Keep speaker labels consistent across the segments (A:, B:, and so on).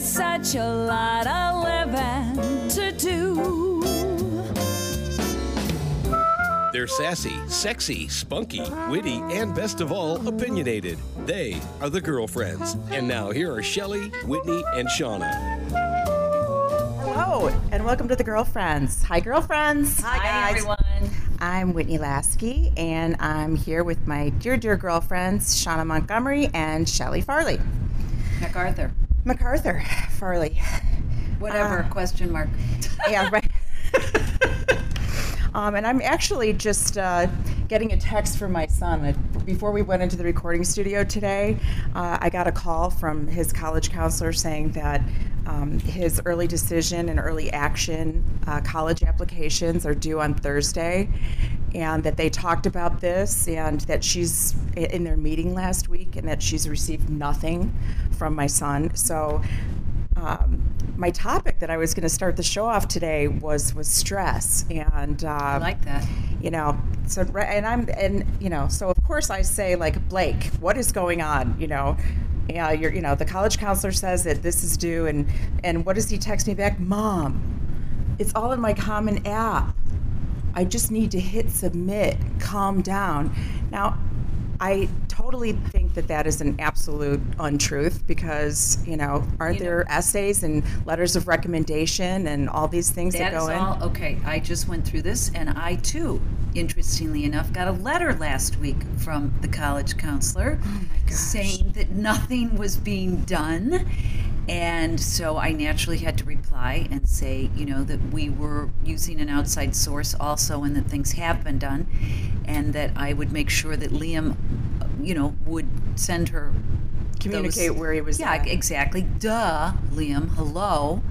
A: such a lot of living to do.
B: They're sassy, sexy, spunky, witty, and best of all, opinionated. They are the girlfriends. And now here are Shelly, Whitney, and Shauna.
C: Hello, and welcome to the Girlfriends. Hi, girlfriends. Hi, I'm Whitney Lasky, and I'm here with my dear, dear girlfriends, Shauna Montgomery and Shelley Farley.
D: MacArthur.
C: MacArthur Farley.
D: Whatever, question mark.
C: yeah, right. um, and I'm actually just uh, getting a text from my son. Uh, Before we went into the recording studio today, uh, I got a call from his college counselor saying that um, his early decision and early action uh, college applications are due on Thursday, and that they talked about this and that she's i- in their meeting last week and that she's received nothing from my son. So um, my topic that I was going to start the show off today was was stress, and uh, I
D: like that.
C: You know, so right- and I'm and you know, so of course I say like Blake, what is going on? You know. Yeah, you're, you know, the college counselor says that this is due, and and what does he text me back? Mom, it's all in my common app. I just need to hit submit, calm down. Now, I totally think that that is an absolute untruth because, you know, aren't there essays and letters of recommendation and all these things that,
D: That is
C: go in?
D: all. Okay, I just went through this, and I too, interestingly enough, got a letter last week from the college
C: Oh
D: counselor saying that nothing was being done. And so I naturally had to reply and say, you know, that we were using an outside source also and that things have been done, and that I would make sure that Liam, uh, you know, would send her
C: Communicate
D: those-
C: where he was
D: Yeah,
C: at.
D: exactly. Duh, Liam. Hello.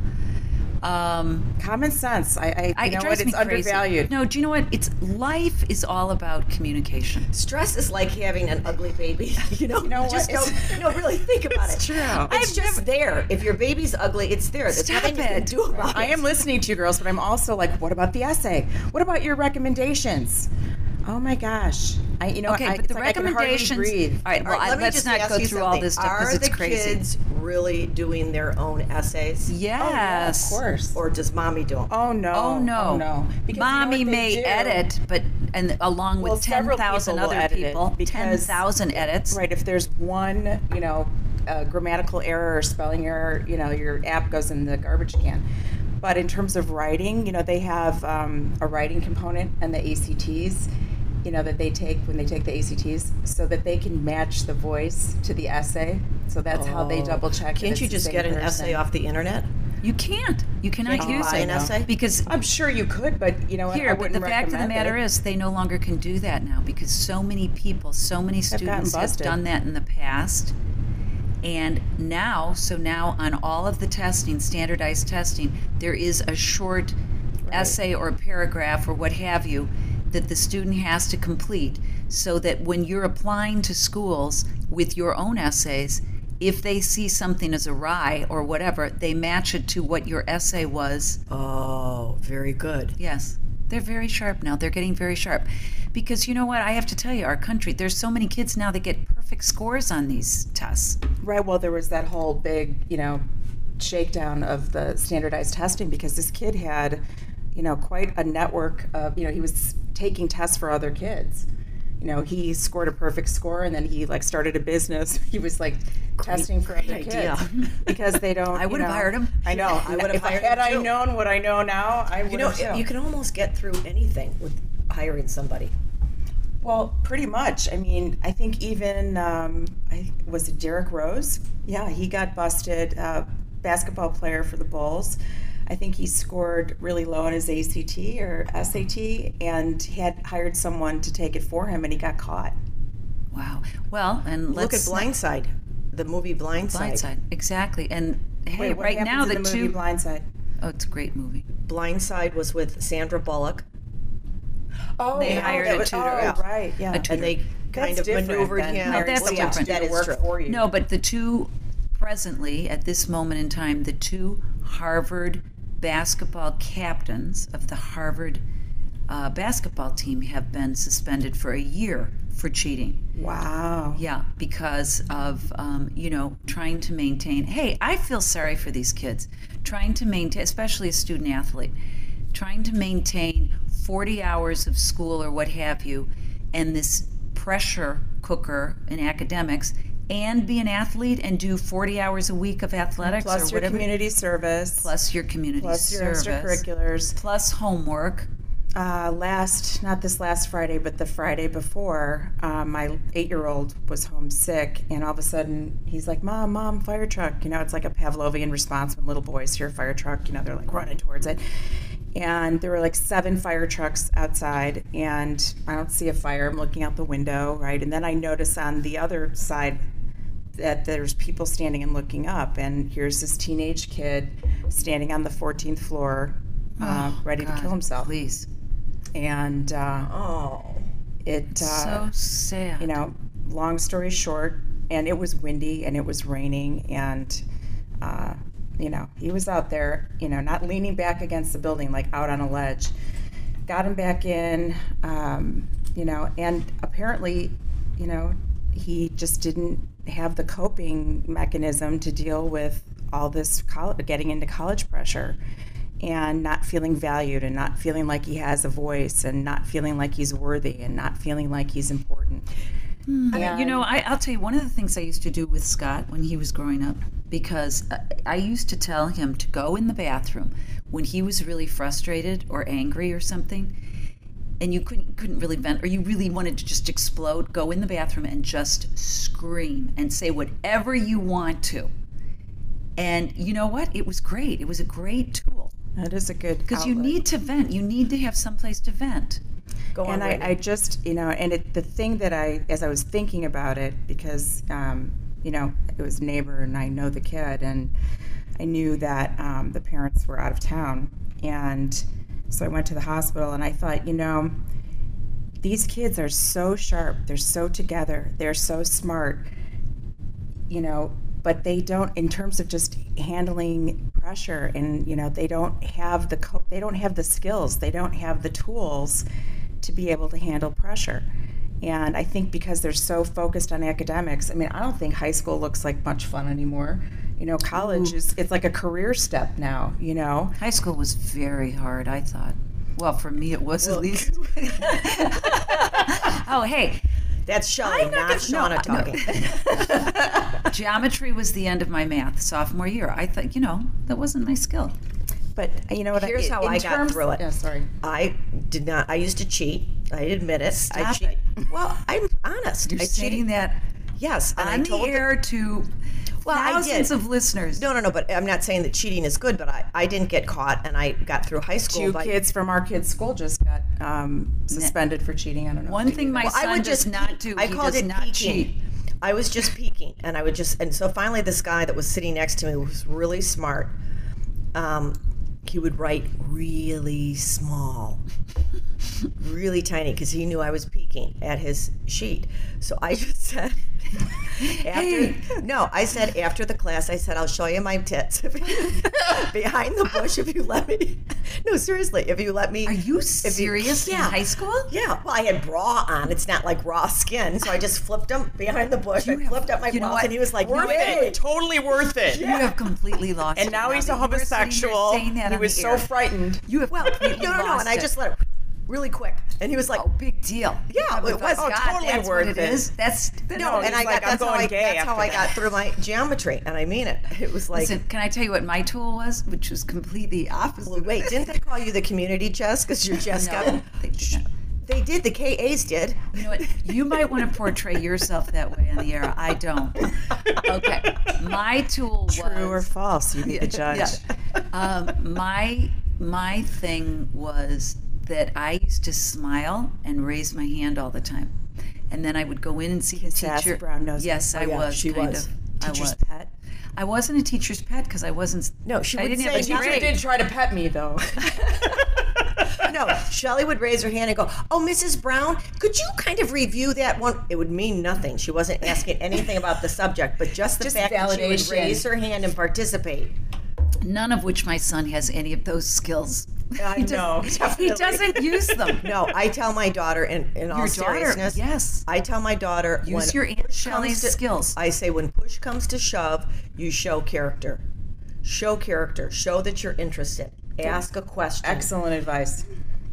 D: Um,
C: Common sense. I, I, you
D: I,
C: know
D: it
C: what?
D: drives
C: It's
D: me crazy.
C: undervalued.
D: No, do you know what? It's life is all about communication.
C: Oh,
E: Stress is like having an ugly baby. You know,
C: You know
E: just
C: what?
E: don't.
C: It's-
E: You know, really think about
C: It's
E: it.
C: true.
E: It's just there. If your baby's ugly, it's there. There's
D: Stop
E: nothing you can
D: it.
E: do about
C: I
E: it.
C: am listening to you girls, but I'm also like, what about the essay? What about your recommendations? Oh my gosh. I, you know,
D: Okay,
C: I,
D: but
C: it's
D: the
C: like I can hardly
D: recommendations.
C: breathe. oh,
D: All right, well,
E: All right,
D: I,
E: let me
D: let's
E: just
D: not
E: ask
D: go
E: you
D: through all
E: something.
D: this stuff
E: Are
D: because it's
E: the
D: crazy.
E: kids really doing their own essays?
D: Yes.
C: Of course.
E: Or does mommy do them?
C: Oh no!
D: Oh no.
C: Oh no! Because you know
D: Mommy
C: what they
D: may
C: do?
D: edit, but and along with
C: Well,
D: ten
C: several
D: thousand
C: people will
D: other
C: edit it
D: people, ten
C: because-
D: thousand edits.
C: Right. If there's one, you know, uh, grammatical error or spelling error, you know, your app goes in the garbage can. But in terms of writing, you know, they have um, a writing component and the ACTs, you know, that they take when they take the ACTs, so that they can match the voice to the essay. So that's how they
D: Oh.
C: double check. that
E: Can't
C: it's
E: you
C: the
E: just
C: same
E: get an
C: person.
E: essay off the internet?
D: You can't. You cannot
E: Can't you
D: use
E: buy
D: it
E: an essay?
D: because
C: I'm sure you could, but you know, what? I
D: Here, but
C: wouldn't
D: the fact of the
C: recommend
D: matter
C: it.
D: is, they no longer can do that now because so many people, so many
C: gotten
D: students have
C: busted.
D: done that in the past. And now, so now on all of the testing, standardized testing, there is a short essay or paragraph or what have you that the student has to complete so that when you're applying to schools with your own essays, if they see something as awry or whatever, they match it to what your essay was
E: Oh, very good.
D: Yes. They're very sharp now. They're getting very sharp. Because you know what? I have to tell you, our country, there's so many kids now that get perfect scores on these tests.
C: Right. Well, there was that whole big, you know, shakedown of the standardized testing because this kid had, you know, quite a network of, you know, he was taking tests for other kids. You know, he scored a perfect score and then he like started a business. He was like testing for other
E: idea.
C: kids because they don't.
D: I
C: you
D: would've
C: know-
D: hired him.
C: I know. I would
E: would've
C: have
E: hired
C: Had
E: him,
C: I
E: too.
C: known what I know now, I would
E: You know,
C: have.
E: you can almost get through anything with hiring somebody.
C: Well, pretty much. I mean, I think even um, I was it Derek Rose. Yeah, he got busted. Uh, basketball player for the Bulls. I think he scored really low on his ACT or SAT, and he had hired someone to take it for him, and he got caught.
D: Wow. Well, and
E: Look at
D: let's
E: Blindside, the movie Blindside.
D: Blindside. Exactly. And hey,
C: Wait, what
D: right now
C: happens
D: the,
C: in the
D: two
C: movie Blindside.
D: Oh, it's a great movie.
E: Uh, Blindside was with Sandra Bullock,
C: Oh,
D: They
C: yeah,
D: hired
C: that
D: a
C: was-
D: tutor.
C: Oh, right, yeah.
D: A tutor.
E: and they kind
C: That's
E: of
C: different
E: maneuvered
C: than
E: him.
C: hiring
D: that's
C: someone
D: different.
C: to do
E: That
C: the
E: is
C: work
E: true.
C: for you.
D: No, but the two presently at this moment in time, the two Harvard basketball captains of the Harvard uh, basketball team have been suspended for a year for cheating.
C: Wow.
D: Yeah, because of um, you know trying to maintain. Hey, I feel sorry for these kids trying to maintain, especially a student athlete, trying to maintain 40 hours of school or what have you, and this pressure cooker in academics, and be an athlete and do 40 hours a week of athletics
C: Plus
D: or
C: your
D: whatever.
C: community service.
D: plus your community
C: plus your
D: service.
C: extracurriculars.
D: Plus homework.
C: uh, last not this last friday but the friday before uh, my eight-year-old was homesick and all of a sudden he's like mom mom fire truck you know it's like a pavlovian response when little boys hear fire truck you know they're like running towards it and there were like seven fire trucks outside and i don't see a fire i'm looking out the window right and then i notice on the other side that there's people standing and looking up and here's this teenage kid standing on the 14th floor uh, ready to kill himself
D: Oh, Please.
C: and uh,
E: Oh.
C: it uh,
D: so sad.
C: you know long story short and it was windy and it was raining and uh, you know he was out there you know not leaning back against the building like out on a ledge got him back in um, you know and apparently you know he just didn't have the coping mechanism to deal with all this college, getting into college pressure and not feeling valued and not feeling like he has a voice and not feeling like he's worthy and not feeling like he's important.
D: You know, I, I'll tell you one of the things I used to do with Scott when he was growing up, because I, I used to tell him to go in the bathroom when he was really frustrated or angry or something, and you couldn't couldn't really vent or you really wanted to just explode. Go in the bathroom and just scream and say whatever you want to. And you know what? It was great. It was a great tool
C: That is a good
D: because you need to vent. You need to have someplace to vent.
E: Go on.
C: and I,
E: Whitney.
C: I just you know and it, the thing that i as i was thinking about it because um, you know it was a neighbor and i know the kid and i knew that um, the parents were out of town and so i went to the hospital and i thought you know these kids are so sharp they're so together they're so smart you know but they don't in terms of just handling pressure and you know they don't have the co- they don't have the skills they don't have the tools to be able to handle pressure and i think because they're so focused on academics i mean i don't think high school looks like much fun anymore you know college is it's like a career step now you know
D: High school was very hard, I thought. Well, for me, it was at least. oh, hey,
E: That's Shelley,
D: I'm
E: not,
D: not gonna-
E: Shauna
D: no,
E: talking.
D: geometry was the end of my math sophomore year. I thought, you know, that wasn't my skill.
C: but you know what
E: Here's
C: I,
E: how
C: in
E: I got
C: terms-
E: through it.
C: yeah sorry
E: I did not. I used to cheat. I admit it. I
D: Stop
E: cheat. Well, I'm honest.
D: You're
E: I
D: stating
E: cheated.
D: that
E: Yes, and I
D: on the
E: told
D: air to
E: Well, I
D: thousands
E: did.
D: of listeners.
E: No, no, no. But I'm not saying that cheating is good. But I, I didn't get caught, and I got through high school.
C: two
E: by,
C: kids from our kids school just got um, suspended for cheating i don't know
D: One thing my
E: Well,
D: son
E: I would
D: does
E: just
D: not
E: peek.
D: do.
E: I
D: he
E: called
D: does
E: it
D: not
E: peeking.
D: cheat.
E: I was just peeking, and I would just, and so finally, this guy that was sitting next to me was really smart. Um, he would write really small, really tiny, because he knew I was peeking at his sheet. So I just said, after, no, I said after the class, I said I'll show you my tits behind the bush if you let me. No, seriously, if you let me.
D: Are you serious
E: yeah.
D: in high school?
E: Yeah, well, I had bra on. It's not like raw skin, so I just flipped him behind the bush. I
D: You have-
E: flipped up my
D: you know
E: bra,
D: what?
E: and he was like,
D: Worth
E: "No
D: it.
E: way."
F: Totally worth it.
D: You have completely lost
F: And
D: it
F: now he's
D: that
F: a
D: you are sitting there
F: homosexual.
D: saying that
F: He
D: on
F: was
D: the
F: so
D: air.
F: frightened.
D: You have
E: Well,
D: completely
E: no, no, no,
D: lost
E: and I
D: it.
E: just let it really quick, and he was like,
D: Oh, big deal.
E: Yeah,
D: With
E: it
D: us,
E: was- oh,
D: God,
E: totally
D: that's
F: worth
D: what
F: it.
D: is. That's
E: "No," and I
F: like,
E: got
F: "I'm
E: that's how
F: going
E: I
F: gay
E: that's
F: after
E: how I got through my geometry, and I mean it. It was like,
D: Listen, can I tell you what my tool was, which was completely opposite?
E: well, wait, didn't they call you the community chess because your chess
D: No,
E: got?
D: they did not.
E: They did. The KAs did.
D: You know what? You might want to portray yourself that way on the air. I don't. Okay, my tool was
C: true or false you be the judge
D: um, my my thing was that I used to smile and raise my hand all the time, and then I would go in and see the
C: Sass
D: teacher.
C: Brown knows it.
D: yes, I
E: Oh, yeah,
D: was.
E: she
D: kind
E: was.
D: Of,
C: teacher's
D: I was.
C: pet
D: I wasn't a teacher's pet because I wasn't.
E: No, she
D: I
E: would
D: didn't
E: say
D: have a
E: teacher
D: grade.
E: did
C: try to pet me though
E: No, Shelley would raise her hand and go, "Oh, Mrs. Brown, could you kind of review that one?" It would mean nothing. She wasn't asking anything about the subject, but just the
C: Just
E: fact that she
C: validation.
E: would raise her hand and participate.
D: None of which my son has any of those skills.
E: I know.
D: He
E: definitely.
D: doesn't use them.
E: No, I tell my daughter in, in all
D: Your daughter,
E: seriousness.
D: yes.
E: I tell my daughter
D: Use
E: when
D: your Aunt
E: push comes
D: Shelley's
E: to-
D: skills.
E: I say when push comes to shove, you show character. Show character. Show that you're interested. Ask a question.
C: Excellent advice.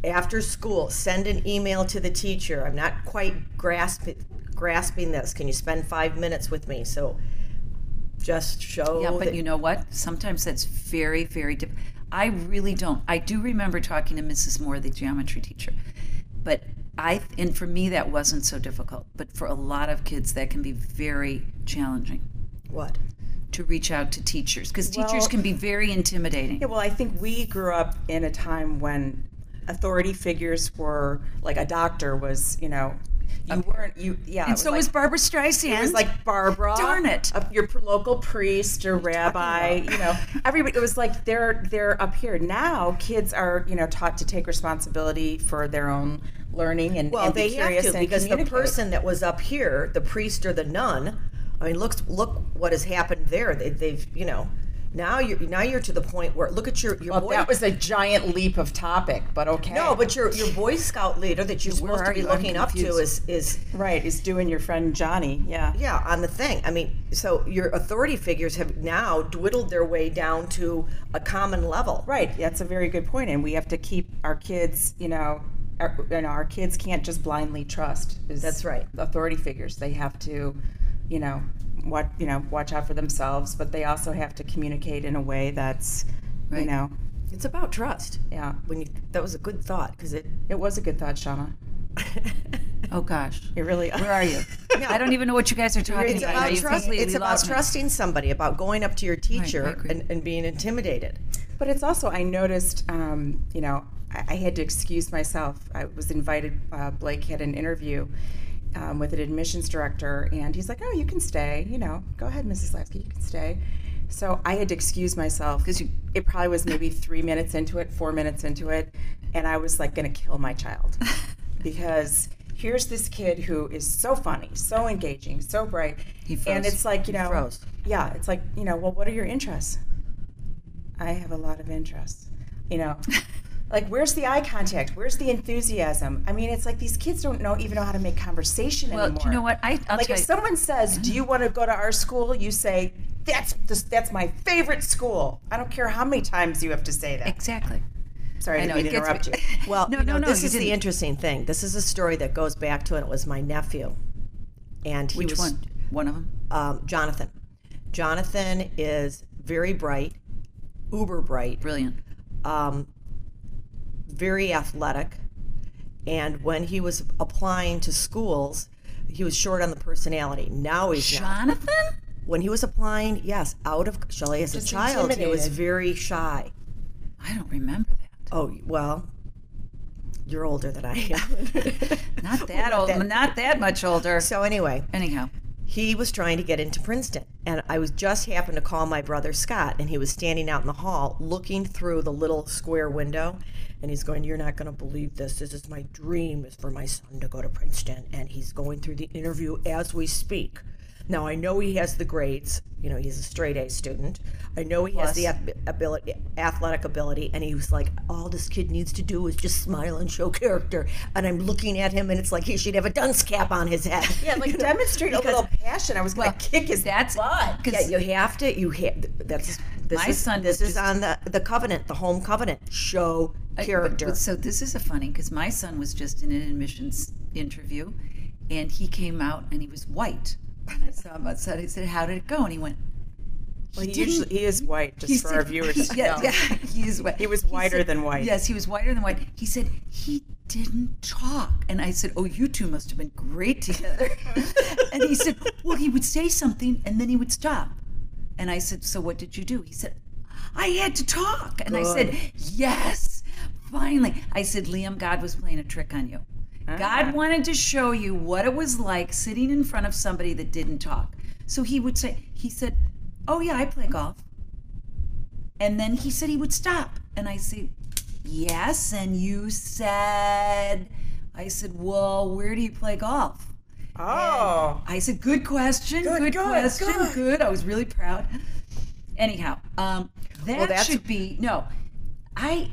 E: After school, send an email to the teacher. I'm not quite grasp, grasping this. Can you spend five minutes with me? So just show.
D: Yeah, but
E: Oh, that-
D: you know what? Sometimes that's very, very difficult. I really don't. I do remember talking to Mrs. Moore, the geometry teacher, but I and for me that wasn't so difficult. But for a lot of kids, that can be very challenging
E: what?
D: to reach out to teachers because teachers
C: Well-
D: can be very intimidating.
C: Yeah, well, I think we grew up in a time when authority figures were like a doctor was, you know, you weren't you yeah. it
D: and so
C: like-
D: was Barbara Streisand.
C: It was like Barbara.
D: Darn it.
C: a- your pr- local priest or rabbi, you know, everybody. It was like they're they're up here now. Kids are you know taught to take responsibility for their own learning and
E: Well,
C: and be
E: they
C: curious
E: have to
C: and
E: because the
C: communicate.
E: person that was up here, the priest or the nun, I mean, look look what has happened there. They, they've you know now you're now you're to the point where look at your your
C: Well,
E: boy.
C: that was a giant leap of topic, but okay.
E: no, but your your Boy Scout leader that you're
D: Where
E: supposed to
D: are
E: be
D: you? I'm
E: looking up to is
D: confused.
E: is
C: right is doing your friend Johnny. Yeah.
E: yeah on the thing. I mean, so your authority figures have now dwiddled their way down to a common level.
C: Right. That's a very good point, and we have to keep our kids, you know. Our, you know, our kids can't just blindly trust. Is
E: That's right.
C: Authority figures. They have to, you know, what you know, watch out for themselves, but they also have to communicate in a way that's, you
D: Right.
C: know,
E: It's about trust.
C: yeah.
E: When you that was a good thought because it
C: It was a good thought, Shauna.
D: oh gosh,
C: It really.
D: where are you? I don't even know what you guys are talking
E: It's
D: about.
E: about,
D: You've
E: trust,
D: completely
E: it's about
D: lost me.
E: trusting somebody, about going up to your teacher
D: agree.
E: and, and being intimidated.
C: But it's also, I noticed, um, you know, I, I had to excuse myself. I was invited, uh, Blake had an interview um, with an admissions director, and he's like, oh, you can stay, you know, go ahead, Mrs. Lasky, you can stay. So I had to excuse myself because it probably was maybe three minutes into it, four minutes into it, and I was like going to kill my child because here's this kid who is so funny, so engaging, so bright,
D: He
C: and
D: froze.
C: it's like you know,
E: froze.
C: yeah, it's like you know, well, what are your interests? I have a lot of interests. You know, like where's the eye contact? Where's the enthusiasm? I mean, it's like these kids don't know even know how to make conversation
D: Well, do
C: anymore.
D: you know what? I, I'll
C: like
D: tell
C: if
D: you.
C: someone says, "Do you want to go to our school?" You say, "That's the, that's my favorite school." I don't care how many times you have to say that.
D: exactly.
C: Sorry, I
D: know,
C: didn't mean
D: it
C: to
D: gets
C: interrupt
D: me-
C: you.
E: Well,
D: No,
E: you know,
D: no, no,
E: this
D: you
E: is the
D: didn't.
E: interesting thing. This is a story that goes back to, and it was my nephew. And he
D: Which
E: was
D: one? One of them.
E: Um, Jonathan. Jonathan is very bright, uber bright,
D: Brilliant.
E: um, very athletic. And when he was applying to schools, he was short on the personality. Now he's not.
D: Jonathan.
E: when he was applying, yes, out of Shelley as a child, he was
C: intimidated.
E: very shy.
D: I don't remember that.
E: Oh well, you're older than I am.
D: Not that old. Not that much older.
E: so anyway,
D: Anyhow,
E: he was trying to get into Princeton, and I was just happened to call my brother Scott, and he was standing out in the hall looking through the little square window, and he's going, "You're not going to believe this. This is my dream is for my son to go to Princeton, and he's going through the interview as we speak." Now I know he has the grades. You know he's a straight A student. I know he has the ab- ability, athletic ability, and he was like, "All this kid needs to do is just smile and show character." And I'm looking at him, and it's like he should have a dunce cap on his head.
C: yeah, like demonstrate a little passion. I was going to kick his
D: that's
C: butt.
E: Yeah,
D: because
E: you have to. You have. That's this
D: My
E: is,
D: son
E: This
D: was
E: is
D: just-
E: on the the covenant, the home covenant. Show character.
D: But, so this is a funny because my son was just in an admissions interview, and he came out and he was white. And I saw him outside. I said, "How did it go?" And he went,
C: Well, he,
D: didn't-
C: usually, he is white, just
D: He
C: for
D: said-
C: our viewers. to
D: Yeah,
C: know.
D: yeah, he is white.
C: He was whiter
D: said-
C: than white.
D: Yes, he was whiter than white. He said he didn't talk, and I said, "Oh, you two must have been great together." and he said, "Well, he would say something, and then he would stop." And I said, "So what did you do?" He said, "I had to talk," and I said, "Yes." Finally, I said, Liam, God was playing a trick on you.
C: Uh-huh.
D: God wanted to show you what it was like sitting in front of somebody that didn't talk. So he would say, He said, Oh, yeah, I play golf. And then he said he would stop. And I said, Yes. And you said, I said, Well, where do you play golf?
C: Oh.
D: I said, Good question. Good,
C: good,
D: question.
C: good."
D: Good. I was really proud. Anyhow, um, that
E: that's-
D: should be, no, I,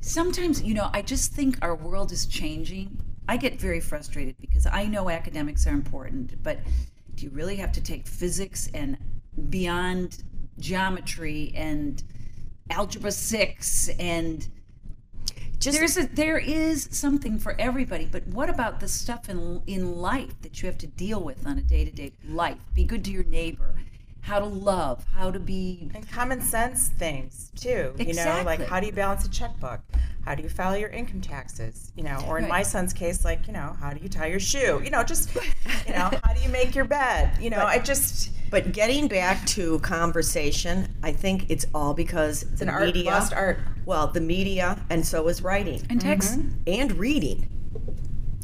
D: sometimes, you know, I just think our world is changing. I get very frustrated because I know academics are important, but do you really have to take physics and beyond geometry and algebra 6 and
E: Just
D: there's a there is something for everybody but what about the stuff in in life that you have to deal with on a day-to-day life be good to your neighbor how to love how to be
C: And common sense things too. You know, like
D: Exactly.
C: how do you balance a checkbook? How do you file your income taxes? You know, or in my
D: Right.
C: son's case, like you know, how do you tie your shoe? You know, just you know, how do you make your bed? You know, I just
E: But getting back to conversation, I think it's all because it's
C: an art,
E: media,
C: lost art.
E: Well, the media, and so is writing
D: and text
E: Mm-hmm. and reading.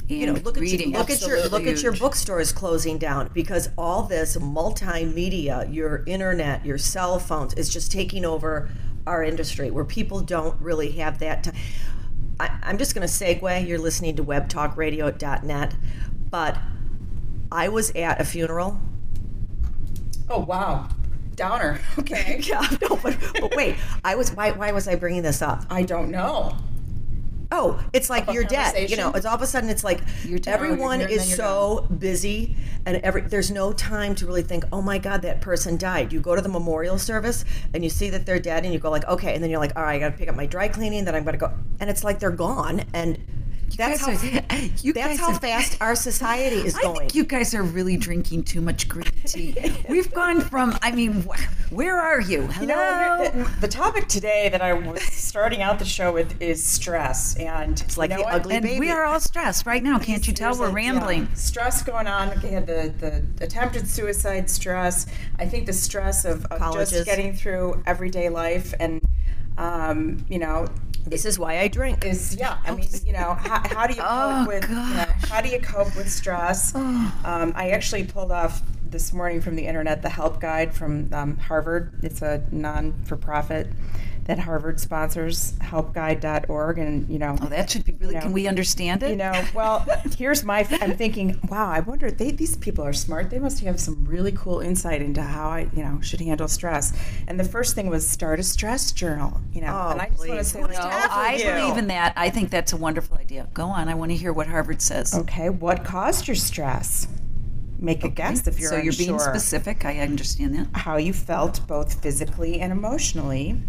D: and
E: You know, look
D: reading
E: at your, look at your look at your
D: Huge.
E: bookstores closing down because all this multimedia, your internet, your cell phones, is just taking over our industry where people don't really have that time. I, I'm just going to segue. You're listening to WebTalkRadio.net, but I was at a funeral
C: Oh wow, downer. Okay,
E: Yeah, no, but, but wait, I was why why was I bringing this up?
C: I don't know.
E: Oh, it's like
C: About
E: you're dead. You know,
C: conversation?
E: it's all of a sudden it's like
D: You're dead.
E: everyone
C: You're- then
E: is
C: you're
E: so busy and every there's no time to really think, "Oh my god, that person died." You go to the memorial service and you see that they're dead and you go like, "Okay." And then you're like, "All right, I got to pick up my dry cleaning, then I'm going to go." And it's like they're gone and that's how
D: guys are- you
E: that's
D: guys
E: how
D: are-
E: fast our society is
D: I
E: going.
D: think you guys are really drinking too much green tea. We've gone from, I mean, wh- where are you? Hello?
C: You know, the, the topic today that I was starting out the show with is stress, and it's
E: like the ugly
D: and
E: baby.
D: we are all stressed right now. Can't you tell we're
C: There's a- yeah,
D: rambling?
C: stress going on. Okay, had the, the attempted suicide stress. I think the stress of, of
E: Colleges.
C: just getting through everyday life and, um, you know,
E: this is why I drink.
C: is yeah. I mean, you know, how, how do you cope
D: Oh,
C: with you know, how do you cope with stress? Um, I actually pulled off this morning from the internet the help guide from um, Harvard. It's a non-for-profit that Harvard sponsors, helpguide.org, and you know.
D: Oh, that should be really.
C: know,
D: can we understand it?
C: You know, well, here's my. I'm thinking, wow. I wonder. They, these people are smart. They must have some really cool insight into how I, you know, should handle stress. And the first thing was start a stress journal. You know,
E: Oh,
C: and I just want to
E: please.
C: say,
E: Who
C: like,
E: the
D: No,
E: hell
D: I
E: you?
D: believe in that. I think that's a wonderful idea. Go on. I want to hear what Harvard says.
C: okay, what caused your stress? Make a guess if you're
D: so you're being
C: unsure.
D: specific. I understand that.
C: How you felt both physically and emotionally.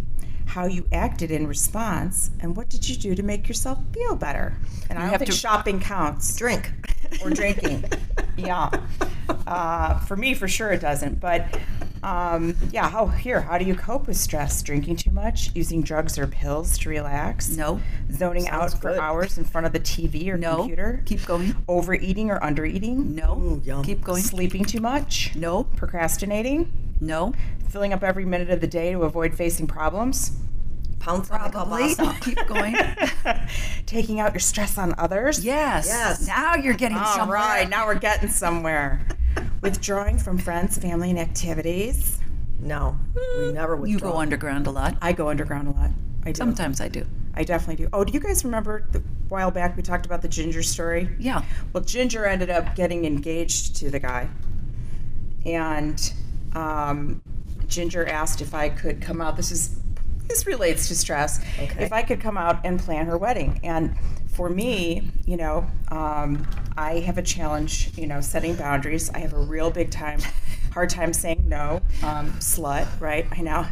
C: How you acted in response, and what did you do to make yourself feel better? And I don't
D: have
C: think
D: to-
C: shopping counts.
E: drink.
C: or drinking. yeah. Uh, for me, for sure, it doesn't. But um, yeah, how here? How do you cope with stress? Drinking too much, using drugs or pills to relax?
D: No.
C: Zoning out for
E: good.
C: hours in front of the TV or
D: No.
C: computer?
D: Keep going.
C: Overeating or undereating?
D: No.
E: yum.
D: Keep going.
C: Sleeping too much?
D: No.
C: Procrastinating?
D: No.
C: Filling up every minute of the day to avoid facing problems?
E: Pounce on the
D: Probably.
E: kielbasa.
D: Keep going.
C: Taking out your stress on others?
D: Yes.
E: Yes.
D: Now you're getting
C: All
D: somewhere.
C: right, now we're getting somewhere. Withdrawing from friends, family, and activities.
E: No. We never would
D: You go underground a lot.
C: I go underground a lot. I do.
D: Sometimes I do.
C: I definitely do. Oh, do you guys remember the, a while back we talked about the Ginger story?
D: Yeah.
C: Well, Ginger ended up getting engaged to the guy. And um, Ginger asked if I could come out. This is this relates to stress.
E: Okay.
C: If I could come out and plan her wedding. And for me, you know, um, I have a challenge, you know, setting boundaries. I have a real big time, hard time saying no, um, slut, right? I know.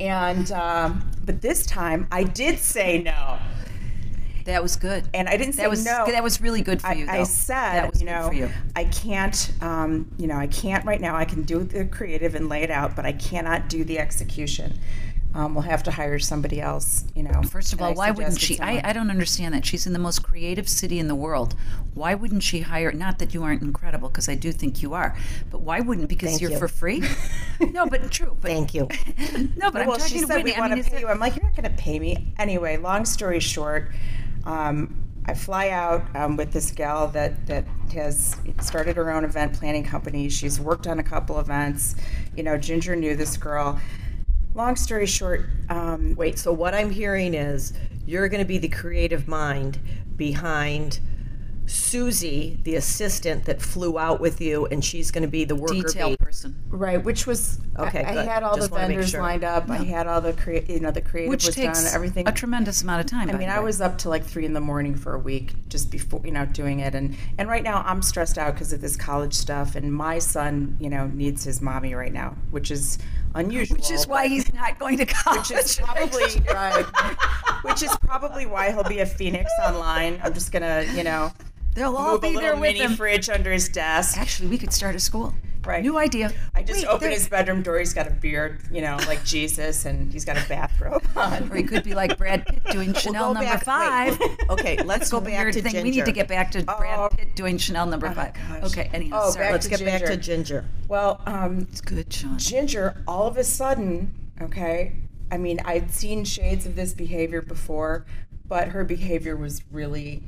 C: And um, but this time I did say no,
D: That was good.
C: and I didn't say
D: that was
C: no.
D: that was really good for
C: I,
D: you.
C: I
D: though.
C: said,
D: that was
C: you
D: good
C: know,
D: for you.
C: I can't, um, you know, I can't right now. I can do the creative and lay it out, but I cannot do the execution. Um, we'll have to hire somebody else, you know.
D: First of
C: And
D: all,
C: I
D: why wouldn't
C: suggested
D: she? I,
C: someone.
D: I don't understand that. She's in the most creative city in the world. Why wouldn't she hire? Not that you aren't incredible, because I do think you are, but why wouldn't? Because
E: Thank
D: you're
E: you.
D: for free. no, but true. But
E: Thank you.
D: no, but
C: well,
D: I'm talking
C: she
D: to
C: said
D: Whitney.
C: we
D: I
C: want
D: mean,
C: to
D: is
C: pay
D: it-
C: you. I'm like, you're not going to pay me anyway. Long story short, um, I fly out um, with this gal that that has started her own event planning company. She's worked on a couple events. You know, Ginger knew this girl. Long story short, um,
E: Wait, so what I'm hearing is you're going to be the creative mind behind Susie, the assistant that flew out with you, and she's going to be the worker
D: Detail
E: bee.
D: person.
C: Right, which was
E: Okay,
C: I, I
E: good.
C: had all
E: Just
C: the
E: wanna make
C: vendors
E: sure.
C: lined up. I had all the crea- you know the creative
D: Which
C: was
D: takes
C: done. Everything.
D: a tremendous amount of time.
C: I mean, I was up to like three in the morning for a week just before you know doing it, and and right now I'm stressed out because of this college stuff, and my son you know needs his mommy right now, which is unusual.
D: Which is why he's not going to college.
C: Which is probably right, which is probably why he'll be a phoenix online. I'm just gonna you know
D: They'll all
C: move a
D: be
C: little
D: there with
C: mini
D: him.
C: fridge under his desk.
D: Actually, we could start a school.
C: Right.
D: New idea.
C: I just
D: Wait,
C: open
D: there-
C: his bedroom door. He's got a beard, you know, like Jesus, and he's got a bathrobe on.
D: Or he could be like Brad Pitt doing Chanel
E: go
D: number
E: back- wait.
D: five.
E: Okay, let's go back
D: Weird
E: to
D: thing.
E: Ginger.
D: We need to get back to
C: Oh.
D: Brad Pitt doing Chanel number five.
C: gosh.
D: Okay, anyhow,
C: Oh,
D: sorry.
C: back
E: Let's
C: to
E: get back to
C: Ginger.
E: Ginger.
C: Well, um,
D: It's good, Sean.
C: Ginger, all of a sudden, okay, I mean, I'd seen shades of this behavior before, but her behavior was really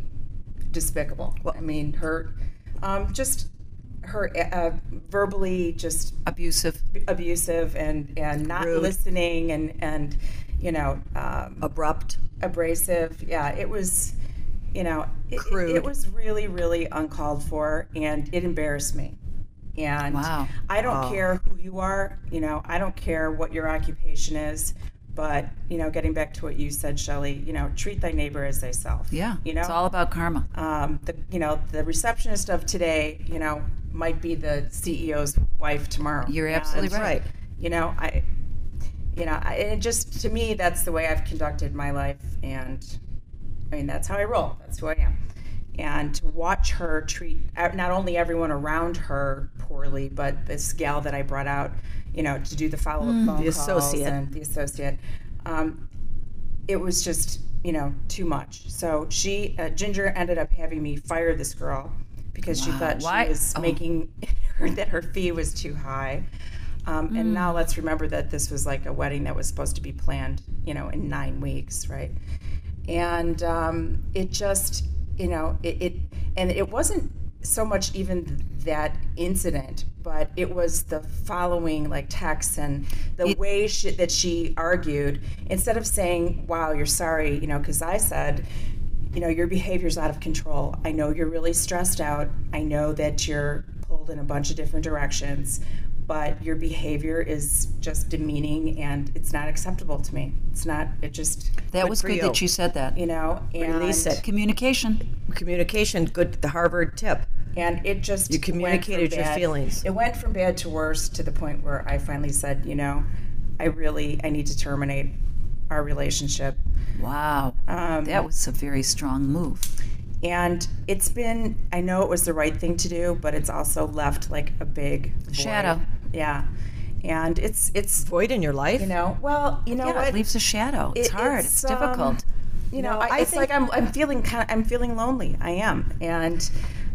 C: despicable. I mean, her, um, just her uh, verbally just
D: Abusive.
C: abusive and, and not
E: Rude.
C: listening and, and you know, um,
E: Abrupt.
C: abrasive. Yeah, it was, you know, it,
E: Crude.
C: it was really, really uncalled for, and it embarrassed me. And
D: Wow.
C: I don't care who you are, you know, I don't care what your occupation is, but you know, getting back to what you said, Shelley, you know, treat thy neighbor as thyself.
D: Yeah.
C: you know,
D: It's all about karma.
C: um, the you know the receptionist of today, you know, might be the CEO's wife tomorrow.
D: You're absolutely
C: And,
D: right.
C: You know, I, you know, I, and it just to me that's the way I've conducted my life, and I mean that's how I roll. That's who I am. And to watch her treat uh, not only everyone around her poorly, but this gal that I brought out, you know, to do the follow-up phone
E: Mm. the
C: calls
E: associate.
C: and the associate. Um, it was just you know too much so she uh, ginger ended up having me fire this girl because she thought
D: Why?
C: she was
D: Oh.
C: making that her fee was too high um, and
D: Hmm.
C: now let's remember that this was like a wedding that was supposed to be planned you know in nine weeks right and um, it just you know it, it and it wasn't so much even that incident but it was the following like texts and the way she, that she argued instead of saying wow you're sorry you know because i said you know your behavior's out of control i know you're really stressed out i know that you're pulled in a bunch of different directions but your behavior is just demeaning and it's not acceptable to me it's not it just
D: That was
E: for
D: good
E: you.
D: that you said that.
C: you know and
E: Release it.
D: Communication.
E: Communication. Good. The Harvard tip.
C: and it just
E: You
C: went from
E: communicated your
C: bad-
E: feelings.
C: it went from bad to worse to the point where i finally said you know i really i need to terminate our relationship
D: Wow.
C: Um,
D: that was a very strong move.
C: and it's been i know it was the right thing to do but it's also left like a big void.
D: Shadow.
C: yeah and it's it's
E: Void in your life.
C: you know well you know
D: Yeah,
C: what
D: it leaves a shadow. It's
C: It-
D: hard. It's,
C: um,
D: difficult.
C: you know,
E: No,
C: I,
E: I
C: it's
E: think-
C: like I'm, I'm feeling kind of, I'm feeling lonely. I am, and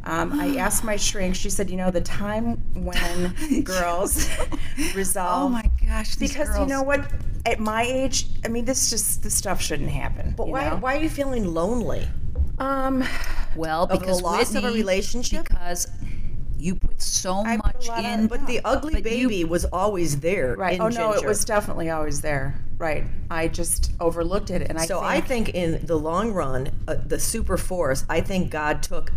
C: um, I asked my shrink. She said, you know, the time when girls resolve.
D: Oh my gosh. These
C: Because you
D: girls.
C: know what, at my age, I mean, this just this stuff shouldn't happen. But
E: Why, why are you feeling lonely?
C: Um,
D: Well,
E: the
D: because
E: loss of a
D: Whitney-
E: relationship?
D: Because you put so
C: put a
D: much
C: lot of-
D: in.
C: but
E: But the ugly
D: But you-
E: baby was always there.
C: right.
E: in
C: Oh no, it
E: Ginger.
C: was definitely always there. Right. I just overlooked it, and I.
E: So
C: think,
E: I think in the long run, uh, the super force, I think God took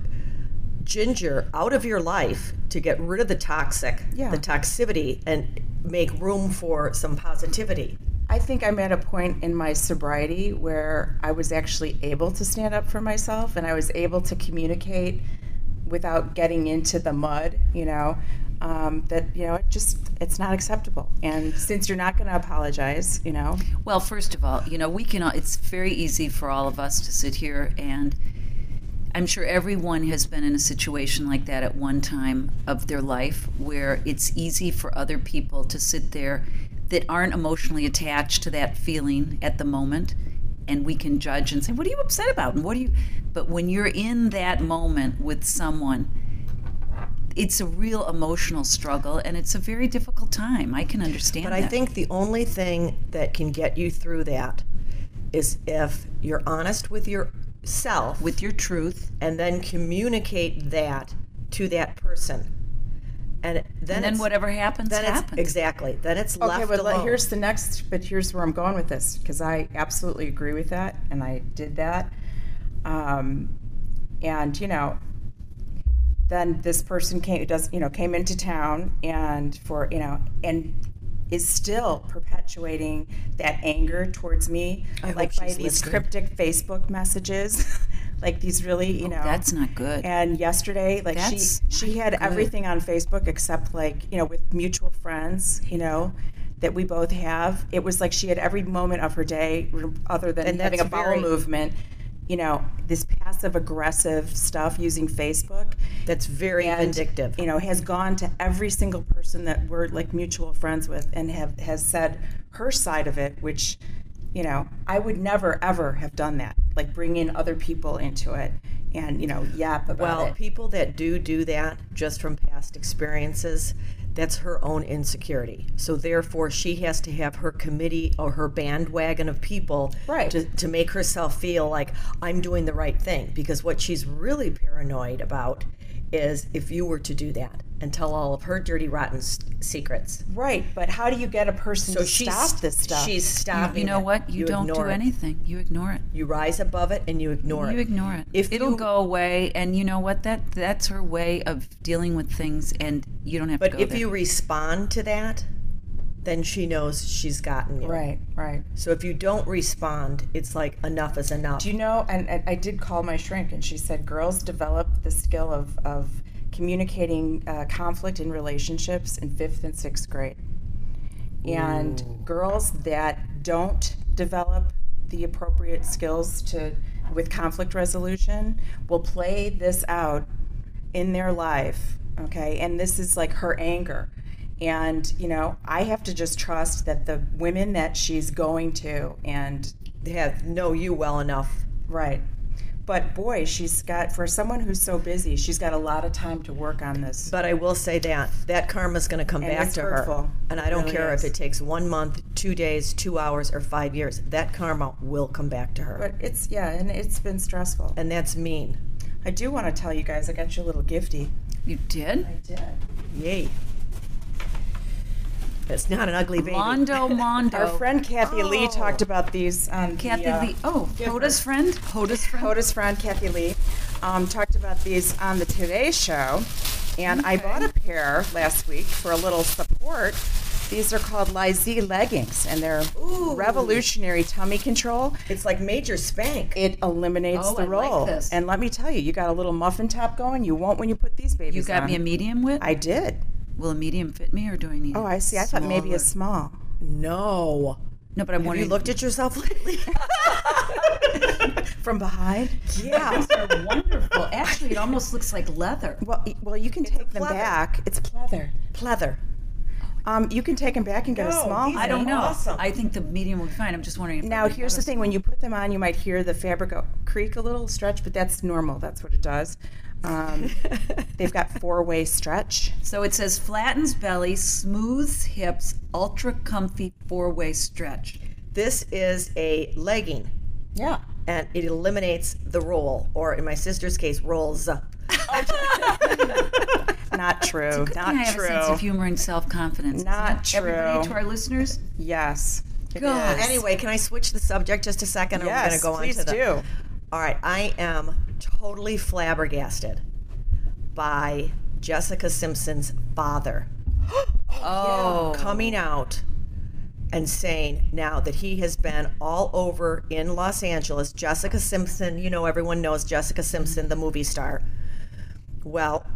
E: Ginger out of your life to get rid of the toxic,
C: Yeah.
E: the toxicity, and make room for some positivity.
C: I think I'm at a point in my sobriety where I was actually able to stand up for myself and I was able to communicate without getting into the mud, you know, um, that, you know, it just, it's not acceptable. And since you're not going to apologize, you know,
D: Well, first of all, you know, we can. all- It's very easy for all of us to sit here, and I'm sure everyone has been in a situation like that at one time of their life, where it's easy for other people to sit there that aren't emotionally attached to that feeling at the moment, and we can judge and say, "What are you upset about?" and "What are you?" But when you're in that moment with someone. It's a real emotional struggle, and it's a very difficult time. I can understand.
E: But I
D: that.
E: think the only thing that can get you through that is if you're honest with yourself
D: with your truth,
E: and then communicate that to that person. And then,
D: and then
E: it's-
D: whatever happens
E: then it's-
D: happens.
E: exactly. Then it's
C: Okay,
E: left
C: but let-
E: alone.
C: here's the next. But here's where I'm going with this because I absolutely agree with that, and I did that. Um, and you know, then this person came does you know came into town and for you know and is still perpetuating that anger towards me like by
E: she's
C: these
E: listening.
C: cryptic facebook messages like these really you
E: Oh,
C: know
D: That's not good.
C: and yesterday like
D: That's
C: she she
D: not
C: had
D: good.
C: everything on facebook except like you know with mutual friends you know that we both have it was like she had every moment of her day r- other than
E: And
C: having a
E: that's
C: bowel
E: very-
C: movement you know this passive aggressive stuff using facebook
E: That's very
C: and,
E: vindictive.
C: you know has gone to every single person that we're like mutual friends with and have has said her side of it which you know i would never ever have done that like bring in other people into it and you know yap about
E: Well,
C: it
E: people that do do that just from past experiences, that's her own insecurity. So therefore, she has to have her committee or her bandwagon of people
C: Right.
E: to, to make herself feel like I'm doing the right thing. Because what she's really paranoid about is if you were to do that and tell all of her dirty, rotten s- secrets.
C: right but how do you get a person
E: So
C: to
E: she's
C: stop this stuff
E: She's stopping.
D: you know
E: it.
D: what? You, don't do
E: ignore it.
D: anything. You ignore it.
E: You rise above it and you ignore it.
D: You ignore it.
E: If
D: It'll
E: you-
D: go away, and you know what? That that's her way of dealing with things, and you don't have to
E: But
D: go
E: if
D: there.
E: you respond to that, then she knows she's gotten you.
C: right right
E: So if you don't respond, it's like enough is enough.
C: Do you know? And, and I did call my shrink, and she said girls develop the skill of, of communicating uh, conflict in relationships in fifth and sixth grade. And girls that don't develop the appropriate skills to with conflict resolution will play this out in their life. Okay, and this is like her anger. And you know, I have to just trust that the women that she's going to and
E: They have know you well enough.
C: Right. But boy, she's got for someone who's so busy, she's got a lot of time to work on this.
E: But I will say that that karma's going to come
C: And
E: back
C: it's
E: to her.
C: hurtful.
E: And I don't
C: It really
E: care
C: is.
E: if it takes one month, two days, two hours, or five years. That karma will come back to her.
C: But it's yeah, and it's been stressful.
E: and that's mean.
C: I do want to tell you guys, I got you a little gifty.
D: you did.
C: I did.
E: Yay. It's not an ugly baby.
D: Mondo, Mondo.
C: Our friend Kathy Lee talked about these. Um,
D: Oh. Kathy
C: the, uh,
D: Lee. Oh, Hoda's friend. Hoda's friend.
C: Hoda's friend Kathy Lee um, talked about these on the Today Show, and I bought a pair last week for a little support. These are called Lyzee leggings, and they're revolutionary tummy control.
E: It's like major spank.
C: it eliminates
D: Oh,
C: the
D: I like
C: roll.
D: this.
C: And let me tell you, you got a little muffin top going. You won't when you put these babies
D: You got
C: on.
D: me a medium whip.
C: I did.
D: Will a medium fit me, or do I need?
C: Oh, I see. I thought maybe a
D: smaller?
C: small.
E: No.
D: No, but I'm
E: Have you
D: wondering.
E: looked at yourself lately?
C: From behind?
E: yeah.
D: They're wonderful. Actually, it almost looks like leather.
C: Well, y- well, you can take them
E: pleather.
C: back. It's pleather.
E: Pleather.
C: Um, you can take them back and get a
E: No,
C: small.
E: these
D: I don't know.
E: Awesome.
D: I think the medium will be fine. I'm just wondering. If
C: Now,
D: everybody
C: here's the
D: noticed.
C: thing: when you put them on, you might hear the fabric go creak a little, stretch, but that's normal. That's what it does. Um, they've got four-way stretch.
D: So it says flattens belly, smooths hips, ultra comfy four-way stretch.
E: This is a legging
C: Yeah.
E: and it eliminates the roll, or in my sister's case, rolls.
C: Not true.
D: I
C: Not
D: have a sense of
C: true.
D: humor and self-confidence.
C: Not
D: Isn't it? Everybody
C: true.
D: to our listeners.
C: Yes. It
D: God.
C: is.
E: Anyway, can I switch the subject just a second? I'm going
C: Yes.
E: to go on
C: please
E: to the.
C: do.
E: All right, I am totally flabbergasted by Jessica Simpson's father
D: Oh,
E: coming out and saying now that he has been all over in Los Angeles. Jessica Simpson, you know, everyone knows Jessica Simpson, the movie star. Well,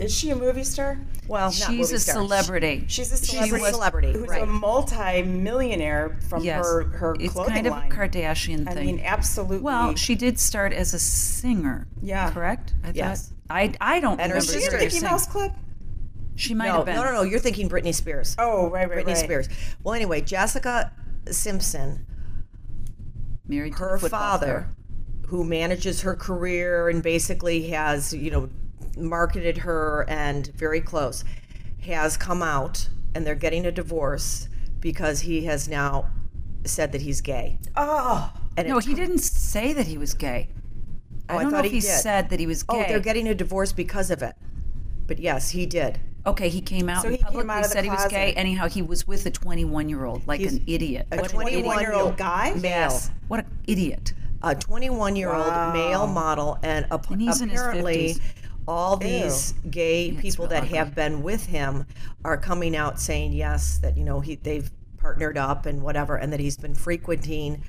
C: Is she a movie star?
E: well, not
D: she's
E: movie
D: a
E: star.
D: celebrity.
C: She's a
E: She's
C: celebrity.
E: a celebrity,
C: Who's
E: right?
C: a multi-millionaire from
D: yes.
C: her her
D: it's
C: clothing
D: kind of
C: line.
D: a Kardashian
C: I
D: thing.
C: mean, absolutely.
D: well, she did start as a singer.
C: Yeah.
D: Correct. I
E: Yes.
D: Thought, I I don't
E: And her
D: remember
E: sister-
D: her
C: Mickey
D: sing-
C: Mouse Club.
D: She might
E: Oh, No,
D: have been.
E: no, no, no. You're thinking Britney Spears.
C: Oh, right, right,
E: Britney
C: right.
E: Spears. Well, anyway, Jessica Simpson,
D: Married to
E: her
D: a football
E: father,
D: player.
E: who manages her career and basically has, you know, marketed her and very close, has come out and they're getting a divorce because he has now said that he's gay.
C: Oh,
E: And
D: No,
E: it-
D: he didn't say that he was gay.
E: Oh,
D: I don't know
E: thought
D: if he,
E: did.
D: said that he was
E: Oh,
D: gay.
E: they're getting a divorce because of it. But yes, he did.
D: Okay, he came out
C: So
D: and
C: he came
D: publicly
C: out of the
D: said he was gay.
C: closet.
D: Anyhow, he was with a 21 year old, like an idiot.
E: A
D: what an
E: 21
D: idiot.
E: year old
C: guy?
E: Male.
D: What an idiot.
E: a 21 year old male model and, ap-
D: And he's in his
E: apparently
D: 50s.
E: all these gay people that
D: real
E: have been with him are coming out saying yes that you know he they've partnered up and whatever and that he's been frequenting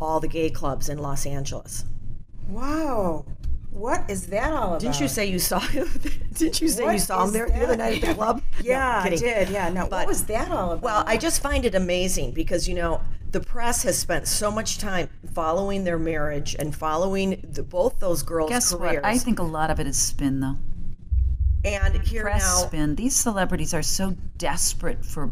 E: all the gay clubs in Los Angeles.
C: Wow. What is that all about?
E: Didn't you say you saw him? Didn't you say
C: What
E: you saw him
C: is
E: there the other
C: that?
E: night at the club? No,
C: Yeah, I
E: kidding.
C: did. Yeah, no. what
E: But-
C: was that all about?
E: Well, I just find it amazing because, you know, the press has spent so much time following their marriage and following the, both those girls'
D: Guess
E: careers.
D: what? I think a lot of it is spin, though.
E: and here
D: Press
E: now,
D: spin. These celebrities are so desperate for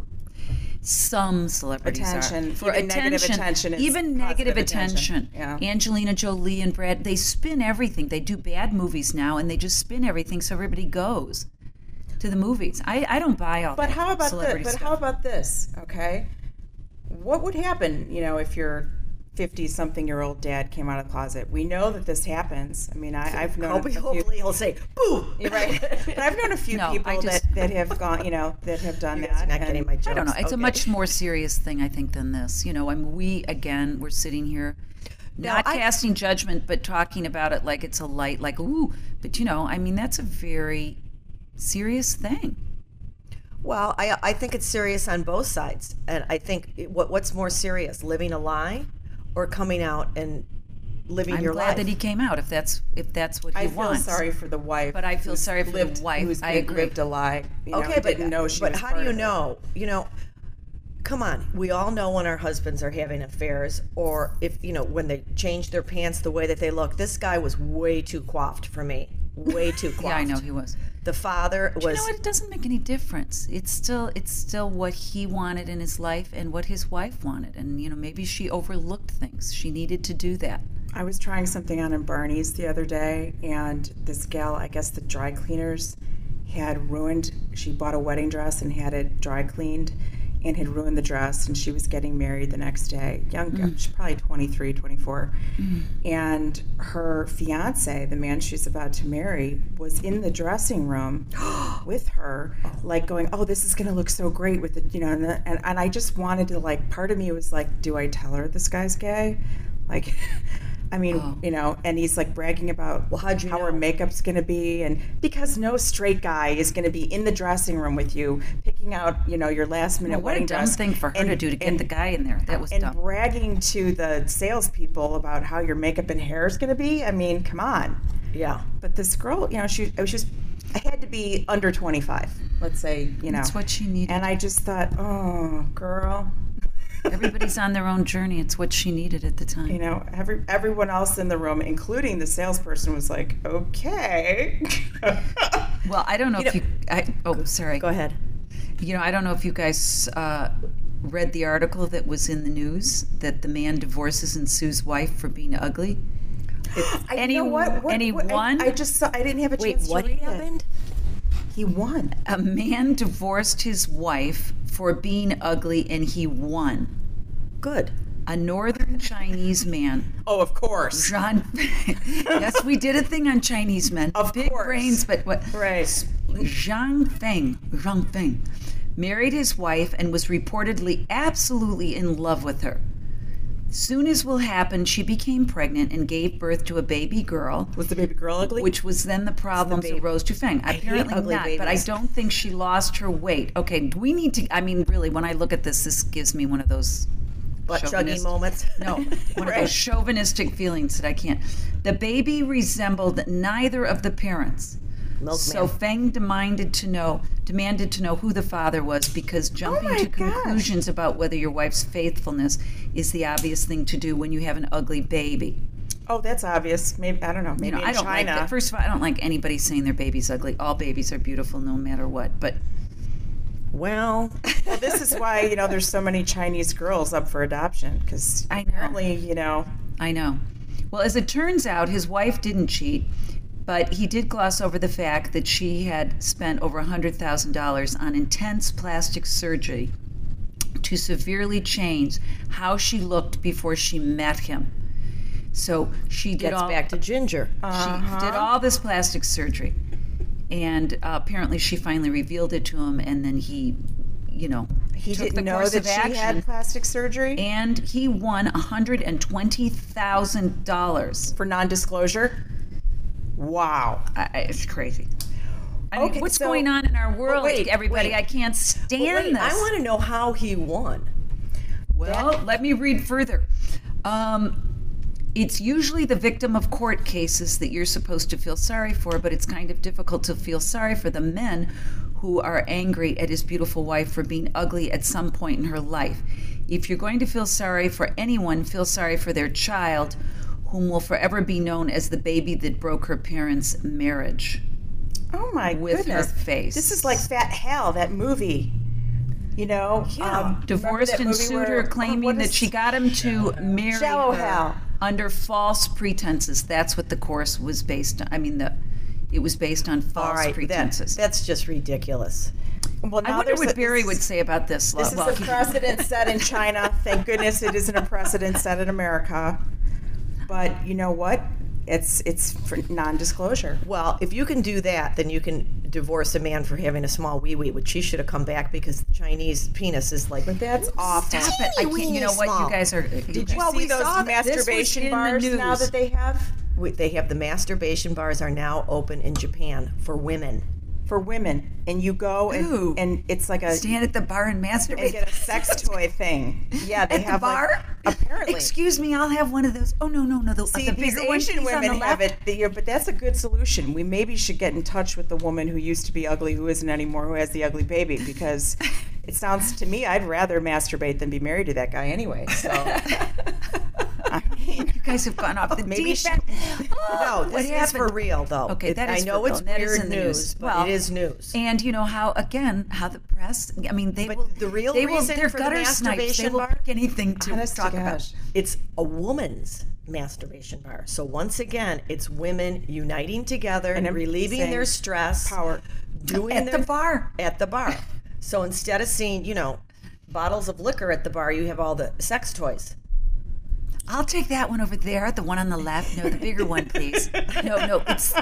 D: some celebrities
G: Attention,
D: are for
G: even negative attention is
D: even negative
G: positive attention.
D: attention.
G: Yeah.
D: Angelina Jolie and Brad, they spin everything. They do bad movies now, and they just spin everything so everybody goes to the movies. I, I don't buy all.
C: But
D: that
C: how about the,
D: celebrity
C: But
D: stuff.
C: how about this? Okay, what would happen? You know, if your fifty-something-year-old dad came out of the closet. We know that this happens. I mean, I, I've known.
E: hopefully,
C: a few-
E: hopefully he'll say, boo!
C: You're right. But I've known a few
D: No,
C: people
D: I just-
C: that, that have gone. You know, that have done
E: You guys are
C: that.
E: not
C: and-
E: getting my jokes.
D: I don't know. It's
E: Okay.
D: a much more serious thing, I think, than this. You know, I mean, we again, we're sitting here, not
E: I-
D: casting judgment, but talking about it like it's a light, like ooh. But you know, I mean, that's a very serious thing.
E: Well, I, I think it's serious on both sides. And I think it- what, what's more serious, living a lie or coming out and living
D: I'm
E: your
D: glad
E: life?
D: that he came out. If that's if that's what he
C: I feel
D: wants.
C: sorry for the wife.
D: But I feel
C: who's
D: sorry for the
C: lived,
D: wife.
C: Who's
D: I
C: been-
D: agree.
C: lived a lie. You know,
E: okay,
C: and
E: but
C: didn't know she
E: but
C: was
E: how do
C: part
E: you
C: of it.
E: know? You know, come on. We all know when our husbands are having affairs, or if you know when they change their pants the way that they look. This guy was way too coiffed for me. Way too coiffed.
D: Yeah, I know he was.
E: The father was.
D: You know what? It doesn't make any difference. It's still it's still what he wanted in his life and what his wife wanted. And you know, maybe she overlooked things. She needed to do that.
C: I was trying something on in Barney's the other day, and this gal, I guess the dry cleaners had ruined. She bought a wedding dress and had it dry cleaned and had ruined the dress, and she was getting married the next day. Young girl, she's probably 23, 24. And her fiance, the man she's about to marry, was in the dressing room with her, like going, "Oh, this is going to look so great with the, you know." And, the, and and I just wanted to like, part of me was like, "Do I tell her this guy's gay?" Like, I mean,
D: Oh.
C: you know. And he's like bragging about
E: how'd you
C: how her
E: know?
C: makeup's going to be, and because no straight guy is going to be in the dressing room with you picking out, you know, your last minute
D: What
C: wedding
D: a dumb
C: dress.
D: thing for her
C: and-
D: to do to get
C: and-
D: the guy in there. That was
C: and
D: dumb.
C: bragging to the salespeople about how your makeup and hair is going to be. I mean, come on.
E: yeah.
C: But this girl, you know, she I was just I had to be under 25, let's say, you know.
D: That's what she needed.
C: and I just thought, oh, girl,
D: Everybody's on their own journey. It's what she needed at the time.
C: you know, every everyone else in the room, including the salesperson, was like, okay.
D: Well, I don't know if you. I, oh, sorry.
E: Go ahead.
D: You know, I don't know if you guys uh, read the article that was in the news that the man divorces and sues wife for being ugly.
C: I,
D: Any-
C: you know what? what
D: any
C: what- I-
D: one?
C: I, just saw, I didn't have a chance to read it. He won.
D: A man divorced his wife for being ugly, and he won.
E: Good.
D: A northern Chinese man,
C: Oh, of course.
D: John. yes, we did a thing on Chinese men.
C: Of
D: Big
C: course.
D: brains, but what?
C: Right.
D: Zhang Feng, Zhang Feng, married his wife and was reportedly absolutely in love with her. Soon as will happen, she became pregnant and gave birth to a baby girl,
C: Was the baby girl ugly?
D: which was then the problems that rose to Feng. Apparently
E: ugly
D: not, but I
E: babies.
D: don't think she lost her weight. Okay, do we need to? I mean, really, when I look at this, this gives me one of those
E: Butt
D: chauvinist-
E: chuggy moments.
D: no, one of those chauvinistic feelings that I can't. The baby resembled neither of the parents.
E: Milkman.
D: So Feng demanded to know demanded to know who the father was because jumping
C: my
D: to
C: gosh.
D: conclusions about whether your wife's faithfulness is the obvious thing to do when you have an ugly baby.
C: oh, that's obvious. Maybe I don't know. Maybe
D: You know,
C: in
D: I don't
C: China.
D: like that. First of all, I don't like anybody saying their baby's ugly. All babies are beautiful no matter what. But
E: Well,
C: Well, this is why you know there's so many Chinese girls up for adoption because
D: I know.
C: apparently you know
D: I know. Well, as it turns out, his wife didn't cheat, but he did gloss over the fact that she had spent over $100,000 on intense plastic surgery to severely change how she looked before she met him. So she did
E: gets
D: all
E: back to Ginger.
D: Uh,
C: Uh-huh.
D: she did all this plastic surgery, and uh, apparently she finally revealed it to him, and then he, you know,
C: he
D: took
C: didn't
D: the
C: know
D: course
C: that
D: of
C: she
D: action
C: had plastic surgery
D: and he won $120,000.
C: for non-disclosure. Wow.
D: I, I- it's crazy. I mean,
C: Okay,
D: what's
C: so- oh,
D: going on in our world,
E: wait,
D: everybody?
E: wait.
D: I can't stand
E: Wait,
D: this.
E: I want to know how he won.
D: Well, let me read further. Um, it's usually the victim of court cases that you're supposed to feel sorry for, but it's kind of difficult to feel sorry for the men who are angry at his beautiful wife for being ugly at some point in her life. If you're going to feel sorry for anyone, feel sorry for their child, whom will forever be known as the baby that broke her parents' marriage.
C: Oh my
D: With her
C: goodness.
D: face.
C: This is like Fat Hal, that movie. You know, yeah. um,
D: divorced and sued her, claiming that she got him to marry
C: Shallow
D: her
C: Hal.
D: under false pretenses. That's what the course was based on. I mean, the it was based on false
E: All right, that,
D: pretenses.
E: that's just ridiculous.
C: Well, now
D: I wonder
C: there's
D: what
C: a-
D: Barry would say about this.
C: This is
D: Well,
C: a precedent set in China. Thank goodness it isn't a precedent set in America. But you know what? It's it's for non-disclosure.
E: Well, if you can do that, then you can divorce a man for having a small wee wee, which she should have come back because the Chinese penis is like.
C: But that's awful.
D: stop it! I can't. You know what?
E: Small.
D: You guys are. you
E: Did
D: guys-
E: you
C: Well,
E: see
C: we
E: those
C: saw that
E: masturbation
C: masturbation
D: in the
C: bars now
D: news.
C: that they have
E: we- They have the masturbation bars are now open in Japan for women.
C: for women, and you go and
D: Ooh.
C: and it's like a
D: stand at the bar and masturbate?
C: and get a sex toy thing. Yeah, they
D: At the
C: have
D: bar?
C: Like, apparently.
D: Excuse me, I'll have one of those. Oh no, no, no! The,
C: See,
D: the
C: these
D: bigger one,
C: Asian
D: please, on
C: women
D: the
C: have
D: left.
C: it, the- yeah, but that's a good solution. We maybe should get in touch with the woman who used to be ugly, who isn't anymore, who has the ugly baby, because it sounds to me I'd rather masturbate than be married to that guy anyway. So, I mean,
D: You guys have gone off the
E: Maybe
D: deep
E: she-
D: end. Oh,
E: No,
D: Uh,
E: this
D: What
E: is
D: happened?
E: for real though.
D: Okay,
E: It-
D: that
E: I
D: is
E: know
D: for
E: it's
D: real, and that
E: weird
D: is in the news.
E: but
D: Well,
E: it is news.
D: And you know how again how the press. I mean, they
E: But
D: will.
E: the real
D: they will.
E: reason
D: They're
E: for the
D: gutter snipes. They
E: masturbation
D: will
E: bar-
D: pick anything to
C: honest to
D: talk about.
C: gosh.
E: It's a woman's masturbation bar. So once again, it's women uniting together and,
C: I'm
E: relieving
C: saying
E: their stress,
C: power.
E: doing
D: At the
E: their-
D: bar.
E: at the bar. so instead of seeing, you know, bottles of liquor at the bar, you have all the sex toys.
D: I'll take that one over there. The one on the left. No, the bigger one, please. No, no. It's.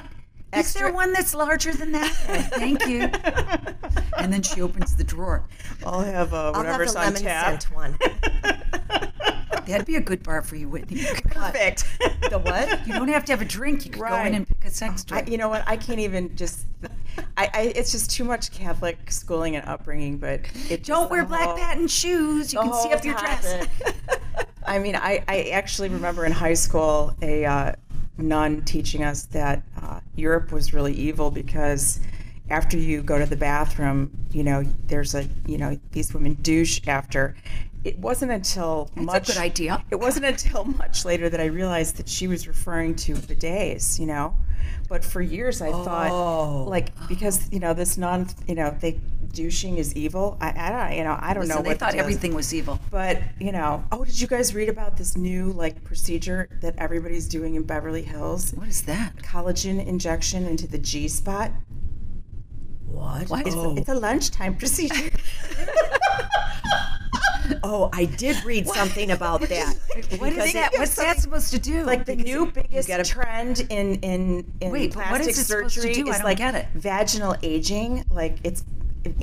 D: Is there one that's larger than that? Oh, Thank you. And then she opens the drawer.
C: I'll have uh,
E: I'll have the
C: whatever's on
E: lemon
C: tap.
E: scent one.
D: That'd be a good bar for you, Whitney.
C: Perfect.
E: the what?
D: You don't have to have a drink. You could go in
C: Right.
D: and pick a sex toy.
C: I, you know what? I can't even just. I, I it's just too much Catholic schooling and upbringing. But it just-
D: don't wear
C: the
D: black
E: Oh.
C: whole-
D: patent shoes. You
C: the
D: can see
C: whole
D: up your dress.
C: topic. I mean, I, I actually remember in high school a uh, nun teaching us that uh, Europe was really evil because after you go to the bathroom, you know, there's a, you know, these women douche after. It wasn't until much
D: good idea.
C: It wasn't until much later that I realized that she was referring to bidets, you know. But for years I
D: Oh.
C: thought, like, because you know this non, you know, they douching is evil. I, I don't, you know, I don't know
D: So
C: what
D: they
C: to
D: thought
C: do.
D: everything was evil.
C: But you know, oh, did you guys read about this new like procedure that everybody's doing in Beverly Hills?
D: What is that?
C: Collagen injection into the G spot.
E: What?
C: It's,
E: Oh,
C: it's a lunchtime procedure.
E: oh, I did read something about that.
D: What is that? What's that supposed to do?
C: Like the new biggest
E: gotta-
C: trend in in in
D: Wait, but what
C: plastic
D: is it supposed to
C: surgery
D: do? I
C: is
D: don't
C: like
D: get it.
C: vaginal aging. Like it's
D: Why,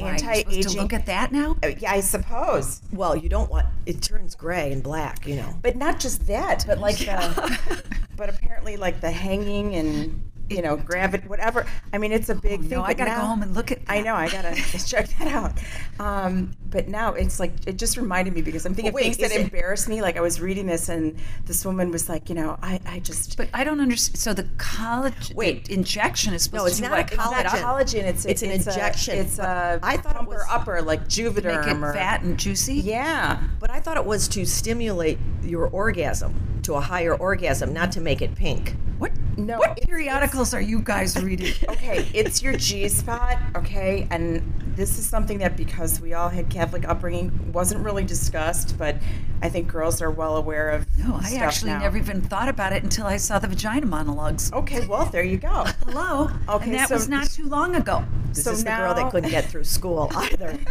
D: you're supposed
C: anti-aging.
D: To look at that now.
C: Uh, yeah, I suppose,
E: Well, you don't want it turns gray and black, you know.
C: but not just that, but like the, but apparently like the hanging and you know gravity, whatever. I mean, it's a big thing.
D: Oh, No, I
C: but
D: gotta go
C: now-
D: home and look at. That.
C: I know I gotta check that out. Um, but now it's like it just reminded me because I'm thinking
E: Wait,
C: of things that
E: is it-
C: embarrass me. Like I was reading this and this woman was like, you know, I, I just
D: But I don't understand. So the college
E: Wait.
D: the injection is supposed
E: No, it's
D: to do
E: not
D: what?
E: a
D: Cough it
E: collagen.
D: up,
C: collagen. It's a-
E: It's an
C: a-
E: injection,
C: it's a
E: but I thought it
C: upper
E: was-
C: upper like Juvederm
D: make it
C: or
D: fat and juicy.
C: yeah.
E: But I thought it was to stimulate your orgasm to a higher orgasm, not to make it pink.
D: What?
C: No,
D: What
C: it's-
D: periodicals are you guys reading?
C: Okay, it's your G spot, okay? And this is something that because we all had Catholic upbringing wasn't really discussed, but I think girls are well aware of.
D: No, Oh, I
C: stuff
D: actually
C: now.
D: never even thought about it until I saw the vagina monologues.
C: Okay, well there you go.
D: Hello.
C: Okay,
D: and that
C: so-
D: was not too long ago.
E: This
C: So
E: is the
C: now-
E: girl that couldn't get through school either.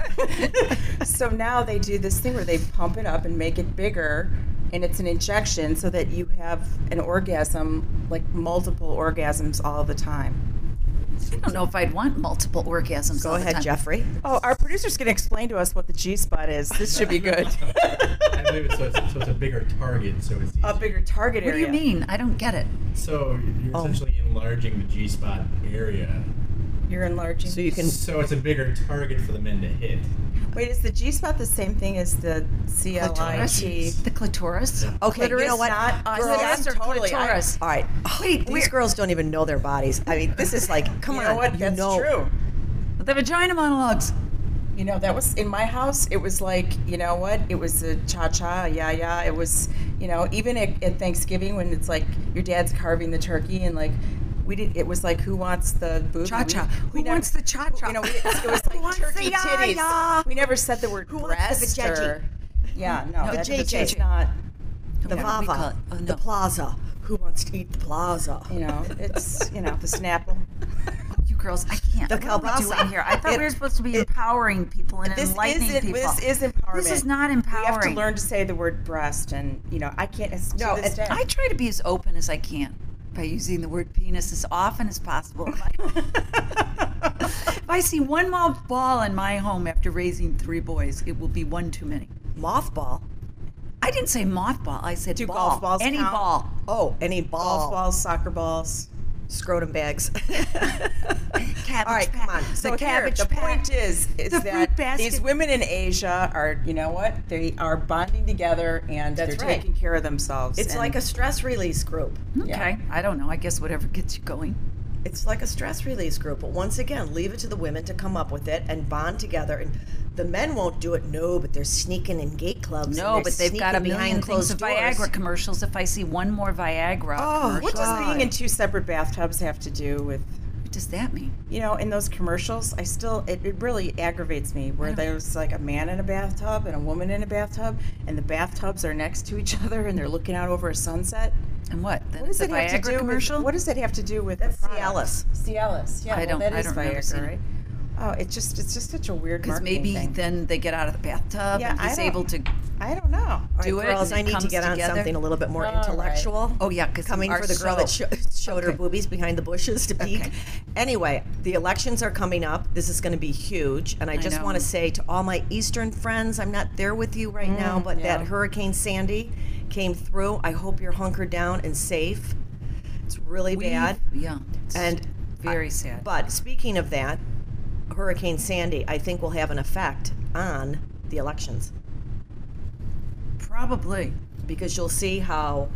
C: So now they do this thing where they pump it up and make it bigger, and it's an injection so that you have an orgasm, like multiple orgasms all the time.
D: I don't know if I'd want multiple orgasms.
E: Go
D: all the
E: ahead,
D: time.
E: Jeffrey.
C: Oh, our producer's going to explain to us what the G spot is. This should be good.
H: I've believe it. So it's, so it's a bigger target. So it's
C: a
H: easier.
C: bigger target
D: What do
C: area.
D: you mean? I don't get it.
H: So you're essentially enlarging the G spot area.
C: You're enlarging.
E: So you can.
H: So it's a bigger target for the men to hit.
C: Wait, is the G spot the same thing as the C L I T?
D: The clitoris.
E: Okay, you know
C: Clitoris,
E: what?
C: not
E: Girls-
D: clitoris or
C: totally- I-
D: clitoris.
E: all right.
D: Wait,
E: These
D: where-
E: girls don't even know their bodies. I mean, this is like, come
C: You
E: on.
C: know what? That's
E: know.
C: true.
D: The vagina monologues.
C: You know, that was in my house. It was like, you know what? It was a cha cha, yeah, yeah. It was, you know, even at, at Thanksgiving when it's like your dad's carving the turkey and like, we did. It was like, who wants the boob?
D: Cha-cha. Who wants the cha-cha?
C: You know, we, it was
D: Who
C: like
D: wants the
C: turkey titties.
D: ya-ya?
C: We never said the word
E: Who wants the
C: breast
E: vajayjay?
C: or. Yeah, no,
D: No,
C: that's
E: vajayjay.
C: just not.
D: Yeah,
E: The
D: we call
E: Vava,
D: it- oh, no.
E: the Plaza. Who wants to eat the Plaza?
C: You know, it's you know the Snapple.
D: You girls, I can't.
E: The
D: what are we
E: kielbasa.
D: doing here? I thought we were supposed to be empowering people and
C: This
D: enlightening
C: is
D: people.
C: this is empowerment.
D: This is not
C: You have to
D: empowering.
C: learn to say the word breast, and you know I can't. It's,
E: No,
C: to this
E: it's-
C: day.
D: I try to be as open as I can by using the word penis as often as possible. If I- if I see one more ball in my home after raising three boys, it will be one too many.
E: Mothball.
D: I didn't say mothball. I said
C: Do
D: ball.
C: golf balls
D: Any
C: count?
D: ball.
E: Oh, any ball.
C: golf balls, soccer balls.
E: Scrotum bags.
D: Cabbage
E: All right, come
D: patch.
E: on.
D: The
E: So
C: Here,
D: cabbage
C: the
D: patch.
C: point is, is
D: The fruit
C: that
D: basket.
C: these women in Asia are, you know what? They are bonding together and
E: That's
C: they're
E: right.
C: taking care of themselves.
E: It's
C: and-
E: like a stress release group.
D: Okay. I don't know. I guess whatever gets you going.
E: It's like a stress release group. But once again, leave it to the women to come up with it and bond together. And the men won't do it. No, but they're sneaking in gay clubs. and
D: No,
E: they're
D: but they've got a million
E: sneaking behind
D: things
E: closed
D: of
E: doors.
D: Viagra commercials. If I see one more Viagra,
E: Oh,
D: commercial,
C: what does
E: God.
C: being in two separate bathtubs have to do with,
D: what does that mean?
C: you know, in those commercials? I still, it, it really aggravates me where there's like a man in a bathtub and a woman in a bathtub, and the bathtubs are next to each other and they're looking out over a sunset.
D: And what? Then
C: What does
D: it's a
C: it have
D: Viagra
C: to do
D: commercial?
C: with? What does it have to do with?
E: That's
C: the product?
E: Cialis.
C: Cialis. Yeah,
D: I
C: well,
D: don't-
C: that
D: I
C: is
D: don't remember seeing
C: Viagra, right? Oh, it just it's just such a weird
D: Because
C: marketing
D: maybe
C: thing.
D: then they get out of the bathtub
C: Yeah,
D: and
C: I
D: he's
C: don't-
D: able to.
C: I don't know.
E: All right,
D: do it
E: girls,
D: and
E: I
D: it
E: need to
D: comes
E: get on
D: together.
E: something a little bit more
C: All right.
E: intellectual.
D: Oh yeah, because
E: coming for the girl that sho- showed her
D: Okay.
E: boobies behind the bushes to peek.
D: Okay.
E: Anyway, the elections are coming up. This is going to be huge, and I just
D: know.
E: want to say to all my Eastern friends, I'm not there with you right
D: Mm,
E: now, but that Hurricane Sandy came through. I hope you're hunkered down and safe. It's really bad.
D: Yeah, it's
E: And-
D: very sad.
E: But speaking of that, Hurricane Sandy, I think will have an effect on the elections.
D: probably.
E: because you'll see how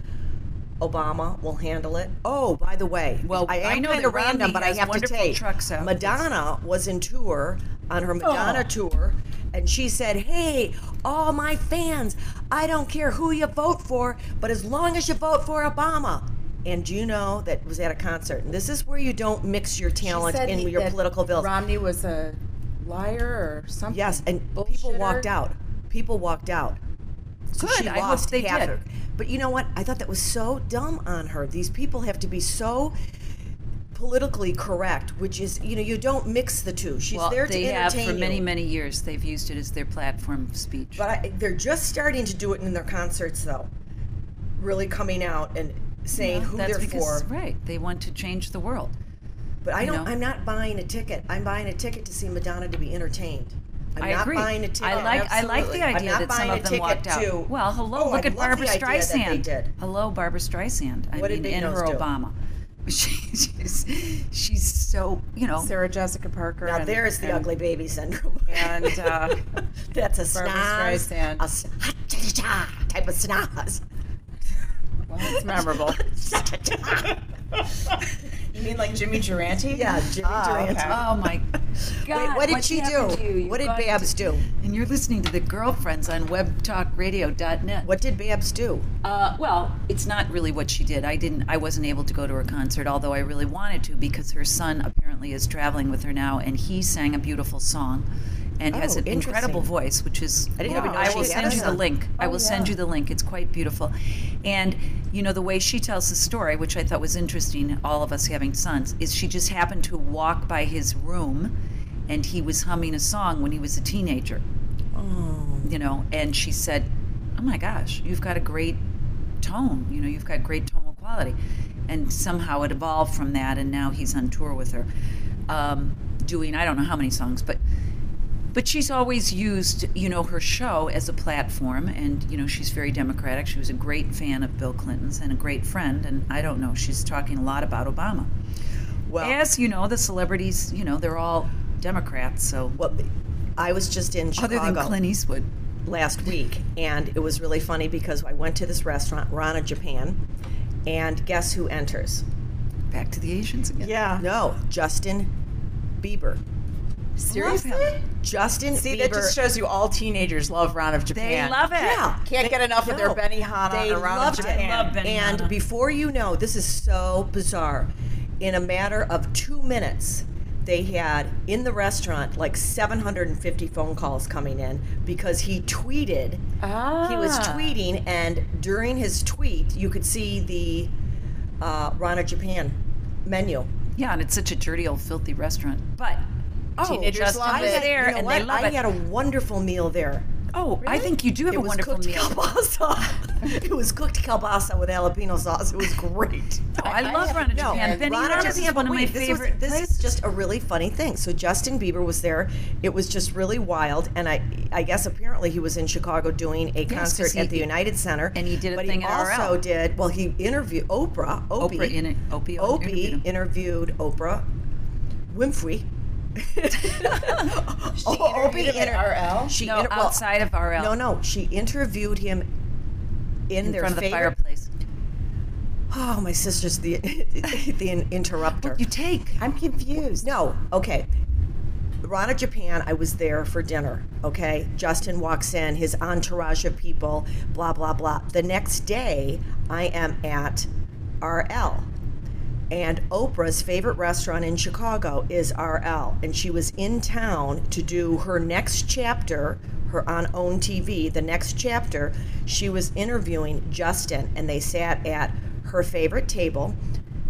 E: Obama will handle it. Oh, by the way,
D: Well,
E: I am
D: I know
E: kind
D: that
E: of random,
D: Romney
E: but I
D: has
E: have to
D: wonderful
E: take
D: trucks out. Oh.
E: Madonna was in tour on her Madonna tour, and she said, "Hey, all my fans, I don't care who you vote for, but as long as you vote for Obama." And do you know that was at a concert, and this is where you don't mix your talent in your political bills.
C: Romney was a liar or something.
E: Yes, and people walked out. People walked out. So
D: Good,
E: She
D: I hope
E: lost
D: they
E: half
D: did.
E: her- But you know what? I thought that was so dumb on her. These people have to be so politically correct, which is you know you don't mix the two. She's
D: Well,
E: there to
D: they
E: entertain
D: have for
E: you.
D: many many years. They've used it as their platform of speech.
E: But I, they're just starting to do it in their concerts, though. Really coming out and saying who
D: That's
E: they're
D: because
E: for.
D: right, they want to change the world.
E: But I don't.
D: know?
E: I'm not buying a ticket. I'm buying a ticket to see Madonna to be entertained. I'm
D: I
E: not
D: agree.
E: buying a ticket.
D: I like I like
E: Absolutely.
D: the
E: I'm
D: idea
E: not
D: that some
E: buying a
D: of them
E: ticket
D: walked out.
E: to-
D: well, hello,
E: Oh,
D: look
E: I
D: at
E: love
D: Barbara
E: the idea that
D: Streisand.
E: they did.
D: Hello, Barbara Streisand. I
E: What did
D: mean,
E: Big
D: in
E: Nose
D: her
E: do?
D: Obama, she, she's she's so you know.
C: Sarah Jessica Parker.
E: Now
C: and,
E: there's the
C: and-
E: ugly baby syndrome.
C: And uh,
E: That's a
C: Barbra
E: snaz.
C: Streisand.
E: A s- ha-cha-cha-cha type of snaz.
C: well, it's memorable. you mean like Jimmy Durante?
E: Yeah, Jimmy Durant.
D: Oh my God!
E: Wait, what did
D: what's
E: she
D: happened
E: do?
D: to you? You've
E: What did
D: gone to-
E: Babs do?
D: And you're listening to the girlfriends on webtalkradio.net.
E: What did Babs do?
D: Uh, well, it's not really what she did. I didn't. I wasn't able to go to her concert, although I really wanted to because her son apparently is traveling with her now, and he sang a beautiful song, and has
E: Oh,
D: an incredible
E: interesting.
D: voice, which is. I
E: didn't even know
D: I
E: she Oh,
D: will
E: had a
D: send you the
E: son.
D: link. I will send you the link. It's quite beautiful, and you know the way she tells the story, which I thought was interesting. All of us having sons, is she just happened to walk by his room, and he was humming a song when he was a teenager
E: Oh.
D: you know, and she said, "Oh my gosh, you've got a great tone. You know, you've got great tonal quality." And somehow it evolved from that, and now he's on tour with her, um, doing I don't know how many songs, but But she's always used, you know, her show as a platform, and you know, she's very democratic. She was a great fan of Bill Clinton's and a great friend. And I don't know, she's talking a lot about Obama.
E: Well-
D: as you know, the celebrities, you know, they're all Democrats. So
E: What I was just in
D: other
E: Chicago.
D: than Clint Eastwood,
E: last week, and it was really funny because I went to this restaurant, Rana Japan, and guess who enters?
D: back to the Asians again.
C: Yeah.
E: No, Justin Bieber.
C: Seriously?
E: Justin
C: See,
E: Bieber.
C: that just shows you all teenagers love Round of Japan.
D: They love it.
E: yeah,
C: Can't get enough of their
E: No,
C: Benihana
E: They
C: and Round
E: loved
C: of
E: it.
C: Japan.
D: I love Benihana.
E: And before you know, this is so bizarre. In a matter of two minutes, they had in the restaurant like 750 phone calls coming in because he tweeted. He was
D: Ah.
E: tweeting, and during his tweet, you could see the uh, Rana Japan menu.
D: Yeah, and it's such a dirty old filthy restaurant. But oh,
C: Teenagers
D: Justin's
C: love it.
D: there
E: You know
D: and
E: what?
D: they love
E: I
D: it.
E: had a wonderful meal there.
D: oh, I think you do have
E: It
D: a
E: was
D: wonderful
E: cooked
D: meal.
E: kielbasa. it was cooked kielbasa with jalapeno sauce. It was great.
D: No, I, love Rana Japan. Benny
E: Rana
D: Rana is
E: Japan,
D: one of my
E: wait, this was-
D: favorite
E: This
D: places.
E: is just a really funny thing. So Justin Bieber was there. It was just really wild, and I, I guess apparently he was in Chicago doing a
D: 'cause
E: concert at
D: he-
E: the United Center,
D: and he did a
E: but
D: thing
E: he
D: at
E: also
D: RL.
E: did. Well, he interviewed Oprah. Opie,
D: Oprah in it. Opie on- interviewed
E: Opie
D: him.
E: interviewed Oprah Winfrey. oh, Opie
C: interviewed him at RL?
E: She
D: No,
E: well,
D: outside of RL.
E: No, no, she interviewed him in,
D: in
E: their
D: front of the
E: favorite-
D: fireplace.
E: Oh, my sister's the the in- interrupter.
D: You take.
C: I'm confused.
E: No, okay. Rana Japan, I was there for dinner, okay? Justin walks in, his entourage of people, blah, blah, blah. The next day, I am at RL. And Oprah's favorite restaurant in Chicago is RL. And she was in town to do her next chapter, her on OWN TV, the next chapter. She was interviewing Justin, and they sat at her favorite table,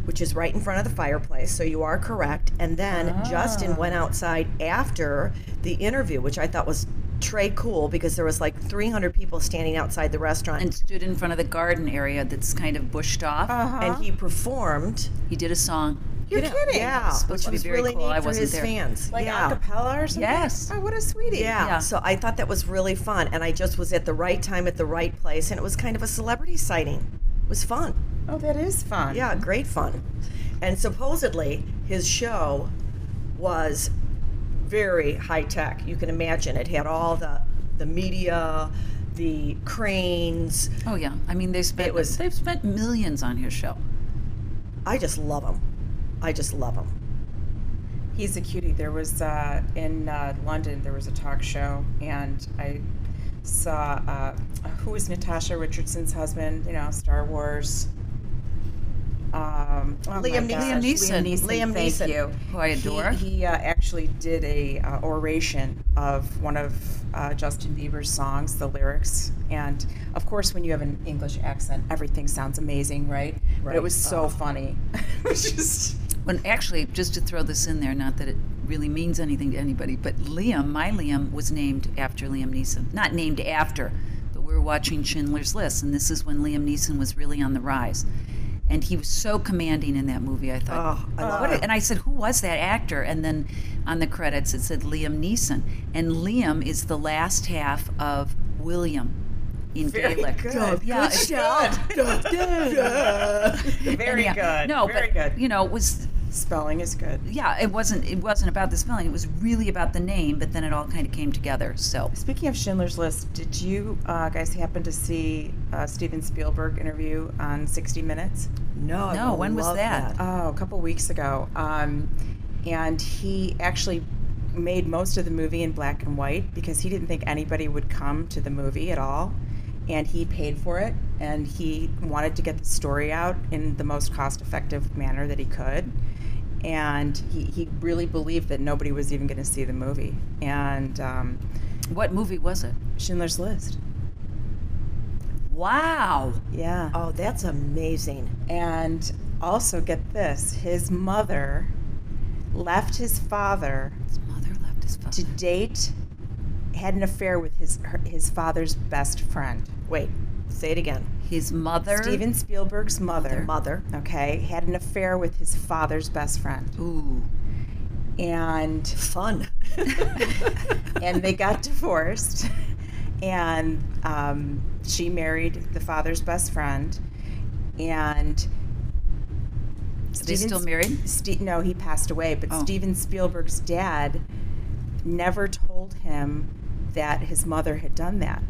E: which is right in front of the fireplace. So you are correct. And then Justin went outside after the interview, which I thought was Trey cool because there was like 300 people standing outside the restaurant
D: And stood in front of the garden area that's kind of bushed off.
E: and he performed
D: He did a song.
E: You're kidding. Yeah.
D: supposed to
E: which
D: be
E: was
D: very
E: really
D: cool.
E: neat
D: I
E: for
D: wasn't
E: his
D: there.
E: fans.
C: Like
E: yeah.
C: acapella or something?
D: Yes.
C: Oh, what a sweetie.
E: yeah.
D: Yeah.
E: So I thought that was really fun. And I just was at the right time at the right place. And it was kind of a celebrity sighting. It was fun.
C: Oh, that is fun.
E: Yeah, great fun. And supposedly his show was very high tech. You can imagine it had all the the media, the cranes.
D: Oh yeah. I mean they spent
E: It was-
D: they've spent millions on his show.
E: I just love him. I just love him.
C: He's a cutie. There was uh, in uh, London. There was a talk show, and I saw uh, who was Natasha Richardson's husband. You know, Star Wars. Um, oh my
E: Liam Neeson.
C: gosh,
E: Liam
D: Neeson.
E: Liam
C: thank
E: Neeson.
C: you.
D: Who I adore.
C: He, he, uh, actually did a uh, oration of one of uh, Justin Bieber's songs, the lyrics, and of course, when you have an English accent, everything sounds amazing, right? But it
E: Right.
C: was so funny. it was just.
D: When actually, just to throw this in there, not that it really means anything to anybody, but Liam, my Liam, was named after Liam Neeson. Not named after, but we were watching Schindler's List, and this is when Liam Neeson was really on the rise. And he was so commanding in that movie, I thought.
E: Oh, I love
D: what
E: him.
D: a- and I said, Who was that actor? And then on the credits, it said Liam Neeson. And Liam is the last half of William in Gaelic. Yeah, it's-
C: Very
D: yeah.
C: good.
D: No,
C: very
D: but,
C: good.
D: You know, it was
C: Spelling is good.
D: yeah, it wasn't it wasn't about the spelling. It was really about the name, but then it all kind of came together. So
C: Speaking of Schindler's List, did you uh, guys happen to see uh, Steven Spielberg interview on 60 Minutes?
E: No, I
D: No,
E: would
D: when was
E: love
D: that?
C: Oh, a couple weeks ago. Um, and he actually made most of the movie in black and white because he didn't think anybody would come to the movie at all. And he paid for it, and he wanted to get the story out in the most cost effective manner that he could. And he, he really believed that nobody was even going to see the movie. And um,
D: what movie was it?
C: Schindler's List.
D: Wow.
C: Yeah.
E: Oh, that's amazing.
C: And also, get this his mother left his father
D: His mother left his phone.
C: to date, had an affair with his, her, his father's best friend.
E: Wait, say it again.
D: His mother.
C: Steven Spielberg's mother,
E: Mother.
C: okay, had an affair with his father's best friend.
D: Ooh.
C: And
E: Fun.
C: and they got divorced. And um, she married the father's best friend. And
D: Are they still
C: Steven-
D: married?
C: Ste- no, he passed away, but
D: Oh.
C: Steven Spielberg's dad never told him that his mother had done that.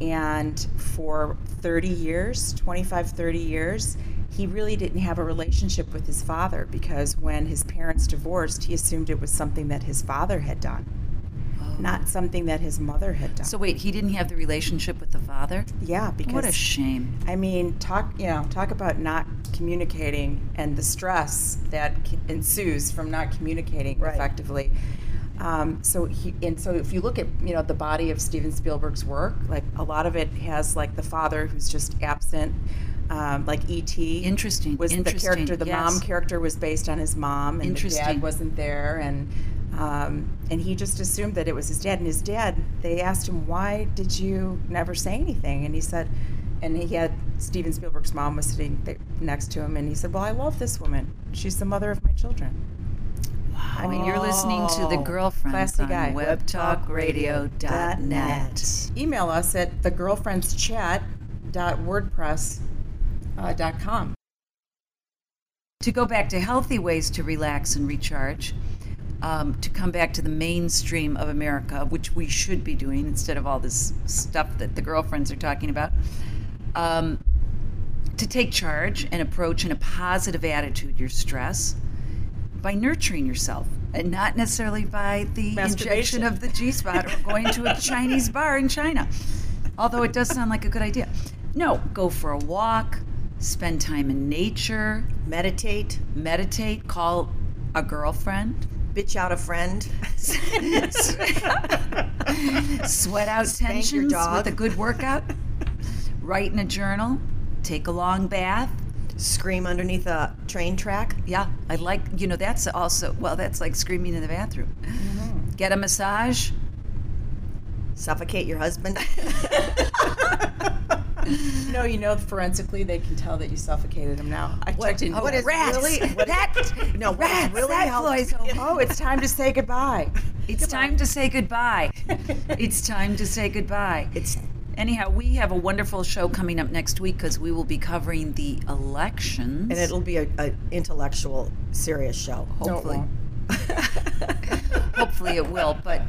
C: And for 30 years, 25, 30 years, he really didn't have a relationship with his father because when his parents divorced, he assumed it was something that his father had done, not something that his mother had done.
D: So wait, he didn't have the relationship with the father?
C: yeah, because
D: What a shame.
C: I mean, talk you know, talk about not communicating and the stress that c- ensues from not communicating
E: Right.
C: effectively. Um, so he and so if you look at you know the body of Steven Spielberg's work, like a lot of it has like the father who's just absent, um, like E.T.
D: Interesting,
C: was the
D: interesting,
C: character. The mom
D: yes.
C: character was based on his mom, and the
D: Interesting.
C: dad wasn't there, and um, and he just assumed that it was his dad. And his dad, they asked him, "Why did you never say anything?" And he said, and he had Steven Spielberg's mom was sitting th- next to him, and he said, "Well, I love this woman. She's the mother of my children."
D: I mean, you're listening to The Girlfriends
C: Oh, Classy
D: on
C: guy.
D: webtalkradio.net.
C: Email us at thegirlfriendschat.wordpress.com. uh,
D: To go back to healthy ways to relax and recharge, um, to come back to the mainstream of America, which we should be doing instead of all this stuff that the girlfriends are talking about, um, to take charge and approach in a positive attitude your stress by nurturing yourself and not necessarily by the injection of the G spot or going to a Chinese bar in China. Although it does sound like a good idea. No, go for a walk, spend time in nature,
E: Meditate,
D: meditate, call a girlfriend,
E: bitch out a friend.
D: sweat out tensions
E: dog.
D: with a good workout, write in a journal, take a long bath.
E: scream underneath a train track.
D: Yeah, I like, you know, that's also, well, that's like screaming in the bathroom.
E: Mm-hmm.
D: Get a massage.
E: Suffocate your husband.
C: No, you know, forensically they can tell that you suffocated him now. I checked in.
E: what is
D: Oh, rats.
E: really
D: that,
E: no what is
D: rats,
E: really
D: that
E: helped-
D: flies over.
C: oh, it's time to say goodbye.
D: It's time to say goodbye. it's time to say goodbye. It's anyhow. We have a wonderful show coming up next week because we will be covering the elections.
E: and it'll be a, a intellectual, serious show. Hopefully,
D: hopefully it will. But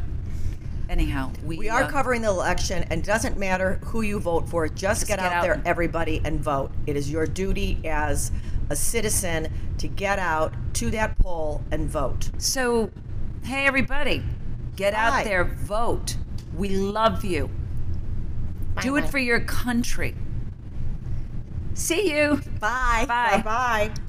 D: anyhow, we
E: we are
D: uh,
E: covering the election, and it doesn't matter who you vote for. Just,
D: get
E: get, out,
D: out
E: there,
D: and-
E: everybody, and vote. It is your duty as a citizen to get out to that poll and vote.
D: So, hey everybody, get
E: Hi.
D: out there, vote. We love you. Do it for your country. See you.
E: Bye.
D: Bye.
C: Bye.